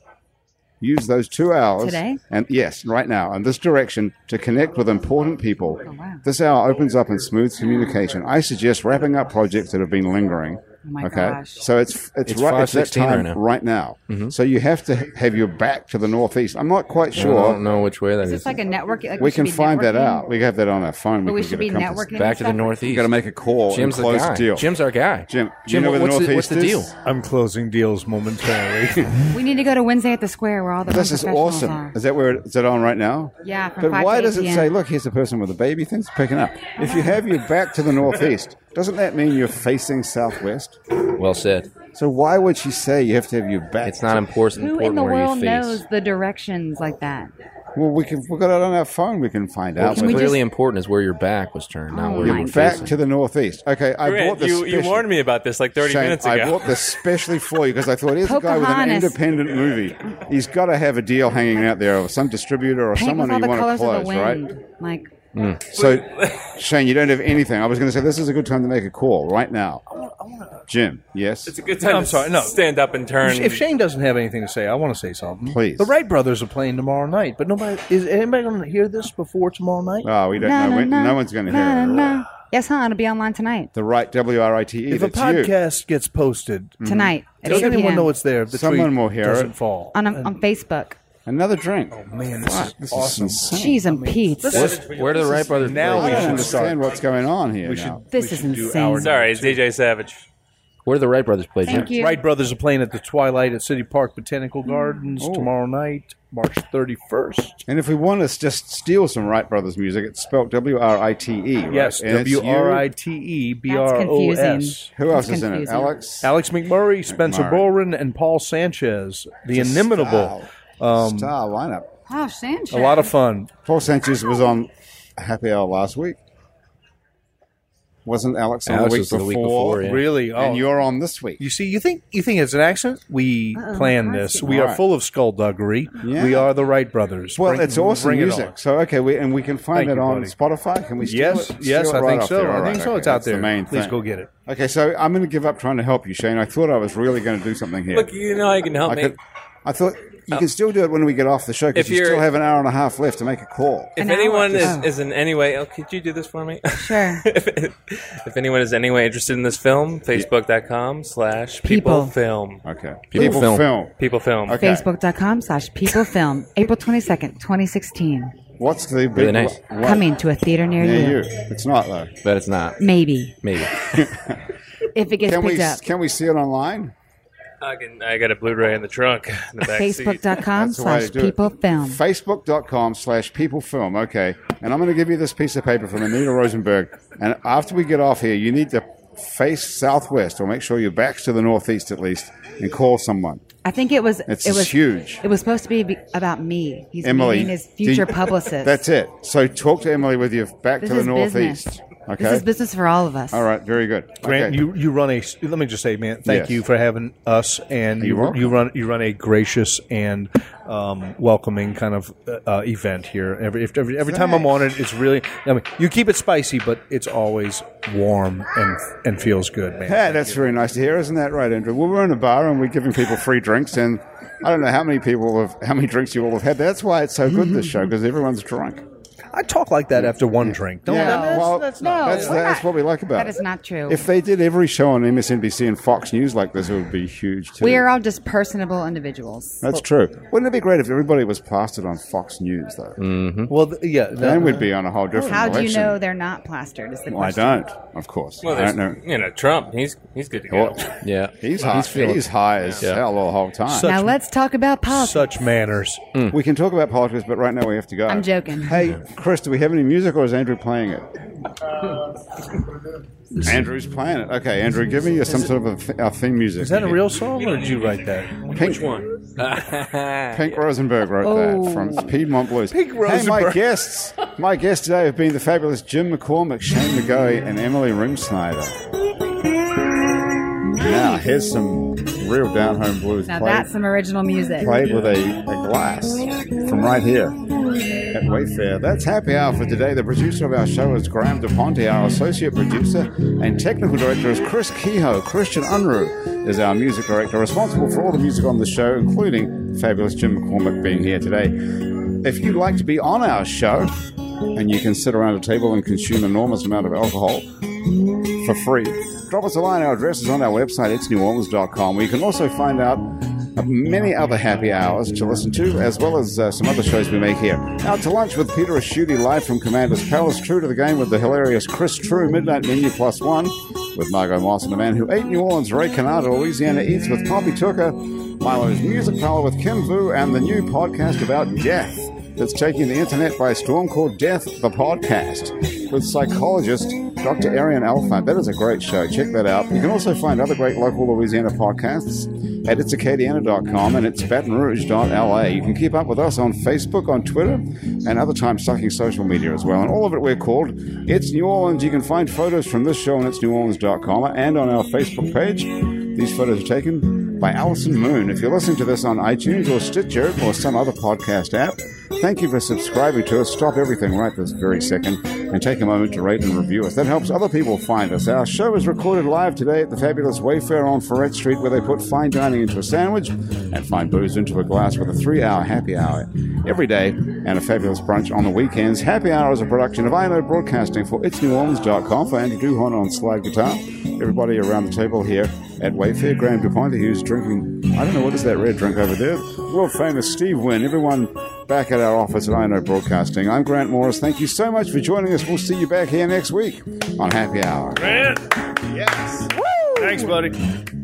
Speaker 1: Use those two hours
Speaker 5: Today?
Speaker 1: and yes, right now, in this direction to connect with important people.
Speaker 5: Oh, wow.
Speaker 1: This hour opens up and smooths communication. I suggest wrapping up projects that have been lingering.
Speaker 5: Oh my
Speaker 1: okay,
Speaker 5: gosh.
Speaker 1: so it's it's,
Speaker 2: It's
Speaker 1: right it's that
Speaker 2: 5:16 right
Speaker 1: time
Speaker 2: now. Mm-hmm.
Speaker 1: right now. So you have to have your back to the northeast. I'm not quite
Speaker 2: I don't
Speaker 1: sure.
Speaker 2: know which way that is.
Speaker 5: It's like a network. Like
Speaker 1: We
Speaker 5: should
Speaker 1: can
Speaker 5: be
Speaker 1: find that
Speaker 5: networking,
Speaker 1: out. We have that on our phone.
Speaker 5: But we
Speaker 1: can get
Speaker 5: should be
Speaker 1: a compass.
Speaker 5: networking.
Speaker 2: Back to the
Speaker 5: stuff.
Speaker 2: northeast.
Speaker 1: You got to make a call
Speaker 2: Jim's
Speaker 1: and
Speaker 2: the
Speaker 1: close
Speaker 2: guy.
Speaker 1: deal.
Speaker 2: Jim's our guy.
Speaker 1: Jim, do you
Speaker 2: Jim,
Speaker 1: know where the
Speaker 2: what's the,
Speaker 1: Northeast
Speaker 2: what's the deal?
Speaker 1: is?
Speaker 3: I'm closing deals momentarily.
Speaker 5: We need to go to Wednesday at the square where all the
Speaker 1: this is
Speaker 5: professionals
Speaker 1: awesome.
Speaker 5: Are.
Speaker 1: Is that where it- is it on right now?
Speaker 5: Yeah, from
Speaker 1: But
Speaker 5: 5
Speaker 1: why
Speaker 5: to 8
Speaker 1: does it
Speaker 5: PM.
Speaker 1: say, look, here's the person with the baby thing's picking up? If you have your back to the northeast, doesn't that mean you're facing southwest?
Speaker 2: Well said.
Speaker 1: So why would she say you have to have your back?
Speaker 2: It's not important.
Speaker 5: Who in
Speaker 2: important
Speaker 5: the
Speaker 2: where you
Speaker 5: world
Speaker 2: face.
Speaker 5: knows the directions like that?
Speaker 1: Well, we can, we've got it on our phone. We can find out.
Speaker 2: What's
Speaker 5: Can we
Speaker 2: clearly
Speaker 5: just-
Speaker 2: important is where your back was turned, not
Speaker 5: Oh
Speaker 2: where
Speaker 5: my
Speaker 2: you
Speaker 1: Your
Speaker 2: were
Speaker 5: God.
Speaker 1: back
Speaker 2: facing.
Speaker 1: to the northeast. Okay, I
Speaker 4: Grant,
Speaker 1: bought this.
Speaker 4: you, you
Speaker 1: special-
Speaker 4: warned me about this like 30
Speaker 1: Shane,
Speaker 4: minutes
Speaker 1: I
Speaker 4: ago.
Speaker 1: bought this specially for you because I thought here's a guy with an
Speaker 5: Pocahontas.
Speaker 1: independent movie. He's got to have a deal hanging out there, or some distributor, or
Speaker 5: Paint
Speaker 1: someone
Speaker 5: with all
Speaker 1: you
Speaker 5: the
Speaker 1: want to
Speaker 5: colors
Speaker 1: close,
Speaker 5: of the
Speaker 1: right?
Speaker 5: wind. Like
Speaker 1: So, Shane, you don't have anything. I was going to say this is a good time to make a call right now. Jim, yes,
Speaker 4: It's a good time
Speaker 3: I'm
Speaker 4: to
Speaker 3: sorry, no.
Speaker 4: stand up and turn.
Speaker 3: if Shane doesn't have anything to say, I want to say something.
Speaker 1: Please.
Speaker 3: The Wright brothers are playing tomorrow night, but nobody is anybody going to hear this before tomorrow night?
Speaker 1: Oh, we don't
Speaker 5: no,
Speaker 1: know.
Speaker 5: no,
Speaker 1: when,
Speaker 5: no,
Speaker 1: no, one's going to
Speaker 5: no,
Speaker 1: hear it. Mm-hmm.
Speaker 5: no. Yes, huh? It'll be online tonight.
Speaker 1: The right W R I T E.
Speaker 3: if a
Speaker 1: That's you. Mm.
Speaker 3: podcast gets posted,
Speaker 5: Tonight. at
Speaker 3: does
Speaker 5: 8
Speaker 3: anyone
Speaker 5: PM.
Speaker 3: know it's there? The
Speaker 1: Someone
Speaker 3: tweet
Speaker 1: will hear
Speaker 3: doesn't
Speaker 1: it.
Speaker 3: fall.
Speaker 5: on, um, on Facebook?
Speaker 1: Another drink.
Speaker 3: Man, this is
Speaker 1: This
Speaker 3: Oh, awesome.
Speaker 1: is insane.
Speaker 5: Cheese and Pete's. This,
Speaker 2: What's- where do the Wright brothers
Speaker 3: now
Speaker 1: I
Speaker 2: play?
Speaker 3: we
Speaker 1: don't
Speaker 3: should
Speaker 1: understand what's going on here. now.
Speaker 5: is insane.
Speaker 4: sorry, it's DJ Savage.
Speaker 2: Where do the Wright brothers play? Jim?
Speaker 5: Thank you.
Speaker 3: Wright brothers are playing at the Twilight at City Park
Speaker 5: Hmm.
Speaker 3: Botanical Gardens
Speaker 1: Oh.
Speaker 3: tomorrow night, March 31st.
Speaker 1: And if we want to just steal some Wright Brothers music, it's spelled W R I T E. Right?
Speaker 3: Yes,
Speaker 1: And it's you.
Speaker 3: W R I T E B
Speaker 5: That's
Speaker 3: R O S.
Speaker 5: confusing.
Speaker 1: Who else
Speaker 5: That's
Speaker 1: is in it?
Speaker 5: confusing.
Speaker 1: Alex.
Speaker 3: Alex McMurray, Spencer
Speaker 1: McMurray.
Speaker 3: Boren, and Paul Sanchez, the inimitable.
Speaker 1: Star,
Speaker 3: Um,
Speaker 1: star lineup.
Speaker 5: Oh, Sanchez.
Speaker 3: A lot of fun.
Speaker 1: Paul Sanchez was on Happy Hour last week. Wasn't Alex on
Speaker 2: Alex
Speaker 1: the week
Speaker 2: was the
Speaker 1: before?
Speaker 2: week before, yeah.
Speaker 3: Really? Oh,
Speaker 1: And you're on this week.
Speaker 3: You see, you think you think it's an accident. We
Speaker 5: Uh-oh,
Speaker 3: planned
Speaker 5: I
Speaker 3: this.
Speaker 5: see.
Speaker 3: We
Speaker 1: Right.
Speaker 3: are full of skullduggery.
Speaker 1: Yeah.
Speaker 3: We are the Wright brothers.
Speaker 1: Well,
Speaker 3: Bring-
Speaker 1: it's awesome
Speaker 3: bring it
Speaker 1: music.
Speaker 3: on.
Speaker 1: so okay, we, and we can find
Speaker 3: Thank
Speaker 1: it
Speaker 3: you,
Speaker 1: on
Speaker 3: buddy.
Speaker 1: Spotify. Can we? Steal
Speaker 3: Yes,
Speaker 1: it?
Speaker 3: yes,
Speaker 1: Steal it
Speaker 3: I
Speaker 1: right
Speaker 3: think
Speaker 1: off
Speaker 3: so.
Speaker 1: there.
Speaker 3: I
Speaker 1: All
Speaker 3: think
Speaker 1: right,
Speaker 3: so.
Speaker 1: okay,
Speaker 3: It's out
Speaker 1: that's
Speaker 3: there.
Speaker 1: The main
Speaker 3: Please
Speaker 1: thing.
Speaker 3: go get it.
Speaker 1: Okay, so I'm going to give up trying to help you, Shane. I thought I was really going to do something here.
Speaker 4: Look, you know I can help
Speaker 1: I,
Speaker 4: me.
Speaker 1: could, I thought you can still do it when we get off the show because
Speaker 4: If
Speaker 1: you
Speaker 4: you're-
Speaker 1: still have an hour and a half left to make a call.
Speaker 4: if
Speaker 5: An hour.
Speaker 4: anyone is,
Speaker 5: Oh.
Speaker 4: is in any way, oh, could you do this for me?
Speaker 5: Sure.
Speaker 4: if, if anyone is any way interested in this film, facebook.com slash
Speaker 5: People.
Speaker 4: people film.
Speaker 1: Okay,
Speaker 2: People film.
Speaker 4: People film.
Speaker 1: Okay.
Speaker 5: Facebook.com slash people film. April 22nd, 2016.
Speaker 1: What's the big,
Speaker 2: Really nice.
Speaker 1: what-
Speaker 5: Coming to a theater near
Speaker 1: Yeah,
Speaker 5: you.
Speaker 1: you. It's not though.
Speaker 2: But it's not.
Speaker 5: Maybe.
Speaker 2: Maybe.
Speaker 5: If it gets
Speaker 1: Can we
Speaker 5: picked up.
Speaker 1: can we see it online?
Speaker 4: I, can, I got a Blu-ray in the trunk in the back seat.
Speaker 5: Facebook.com
Speaker 1: That's the way
Speaker 5: slash
Speaker 1: to do it.
Speaker 5: people film.
Speaker 1: Facebook.com slash people film. Okay. And I'm going to give you this piece of paper from Anita Rosenberg. And after we get off here, you need to face southwest or make sure your back's to the northeast at least and call someone.
Speaker 5: I think it was.
Speaker 1: It's
Speaker 5: it was
Speaker 1: huge.
Speaker 5: It was supposed to be be about me. He's
Speaker 1: Emily.
Speaker 5: meeting his future
Speaker 1: do you-
Speaker 5: publicist.
Speaker 1: That's it. So talk to Emily with your back
Speaker 5: This
Speaker 1: to the
Speaker 5: is business.
Speaker 1: northeast. Okay.
Speaker 11: This is business for all of us.
Speaker 1: All right, very good.
Speaker 3: Grant, you, you run a. s- Let me just say, man, thank
Speaker 1: Yes.
Speaker 3: you for having us, and
Speaker 1: You're
Speaker 3: you
Speaker 1: welcome.
Speaker 3: you run you run a gracious and um, welcoming kind of uh, uh, event here. Every if- every, every time I'm on it, it's really. I mean, you keep it spicy, but it's always warm and and feels good, man.
Speaker 1: Yeah, that's very nice to hear, isn't that right, Andrew? Well, we're in a bar and we're giving people free drinks, and I don't know how many people have, how many drinks you all have had. That's why it's so good this show because everyone's drunk.
Speaker 3: I talk like that after one drink. Don't
Speaker 1: yeah,
Speaker 3: that's-
Speaker 1: well,
Speaker 3: that's
Speaker 5: not-
Speaker 1: that's,
Speaker 5: No, we're
Speaker 1: that's
Speaker 5: not-
Speaker 1: what we like about
Speaker 5: that
Speaker 1: it.
Speaker 5: is not true.
Speaker 1: If they did every show on MSNBC and Fox News like this, it would be huge too.
Speaker 5: We are all just personable individuals.
Speaker 1: that's true. Wouldn't it be great if everybody was plastered on Fox News though?
Speaker 3: Mm-hmm. Well, th- yeah,
Speaker 1: then we'd be on a whole different.
Speaker 5: How do you
Speaker 1: election.
Speaker 5: know they're not plastered? Is the
Speaker 1: Well, I
Speaker 5: question.
Speaker 1: don't, of course.
Speaker 4: Well,
Speaker 1: I
Speaker 4: there's,
Speaker 1: don't know.
Speaker 4: you know, Trump. He's he's good to go.
Speaker 2: Yeah,
Speaker 1: He's high. He's, high as hell the whole time.
Speaker 3: Such-
Speaker 11: now let's talk about politics.
Speaker 3: Such manners.
Speaker 1: We can talk about politics, but right now we have to go.
Speaker 11: I'm joking.
Speaker 1: Hey, Chris, do we have any music or is Andrew playing it? Andrew's playing it. Okay, Andrew, give me some sort of a, th- a theme music.
Speaker 3: Is that a real song, or did you write that?
Speaker 1: Pink, Pink Rosenberg wrote that from Piedmont Blues.
Speaker 3: Oh. Pink
Speaker 1: Hey, my
Speaker 3: Rosenberg.
Speaker 1: guests, my guests today have been the fabulous Jim McCormick, Shane McGoey, and Emily Ringsnyder. Now, here's some real down home blues
Speaker 5: Now
Speaker 1: played,
Speaker 5: that's some original music.
Speaker 1: played with a, a glass from right here. at Wayfair. That's happy hour for today. The producer of our show is Graham DePonte. Our associate producer and technical director is Chris Kehoe. Christian Unruh is our music director, responsible for all the music on the show, including fabulous Jim McCormick being here today. If you'd like to be on our show, and you can sit around a table and consume an enormous amount of alcohol for free. Drop us a line. Our address is on our website, itsneworleans.com, where you can also find out many other happy hours to listen to, as well as uh, some other shows we make here. Out to lunch with Peter Asciuti live from Commander's Palace, True to the Game with the hilarious Chris True, Midnight Menu Plus One with Margot Moss and the man who ate New Orleans, Ray Canada, Louisiana Eats with Poppy Tucker, Milo's Music Parlor with Kim Vu, and the new podcast about death that's taking the internet by storm called Death the Podcast with psychologist Dr. Arian Alphant. That is a great show. Check that out. You can also find other great local Louisiana podcasts at itsacadiana.com and it's batonrouge.la. You can keep up with us on Facebook, on Twitter, and other time sucking social media as well. And all of it we're called It's New Orleans. You can find photos from this show on itsneworleans.com and on our Facebook page. These photos are taken by Alison Moon. If you're listening to this on iTunes or Stitcher or some other podcast app, thank you for subscribing to us. Stop everything right this very second and take a moment to rate and review us. That helps other people find us. Our show is recorded live today at the fabulous Wayfair on Ferret Street, where they put fine dining into a sandwich and fine booze into a glass with a three hour happy hour every day and a fabulous brunch on the weekends. Happy Hour is a production of INO Broadcasting for itsneworleans.com for Andrew Duhon on slide guitar. Everybody around the table here at Wayfair, Graham DuPonte, who's drinking, I don't know, what is that red drink over there? World famous Steve Wynn. Everyone back at our office at INO Broadcasting. I'm Grant Morris. Thank you so much for joining us. We'll see you back here next week on Happy Hour.
Speaker 8: Grant. Yes. Woo! Thanks, buddy.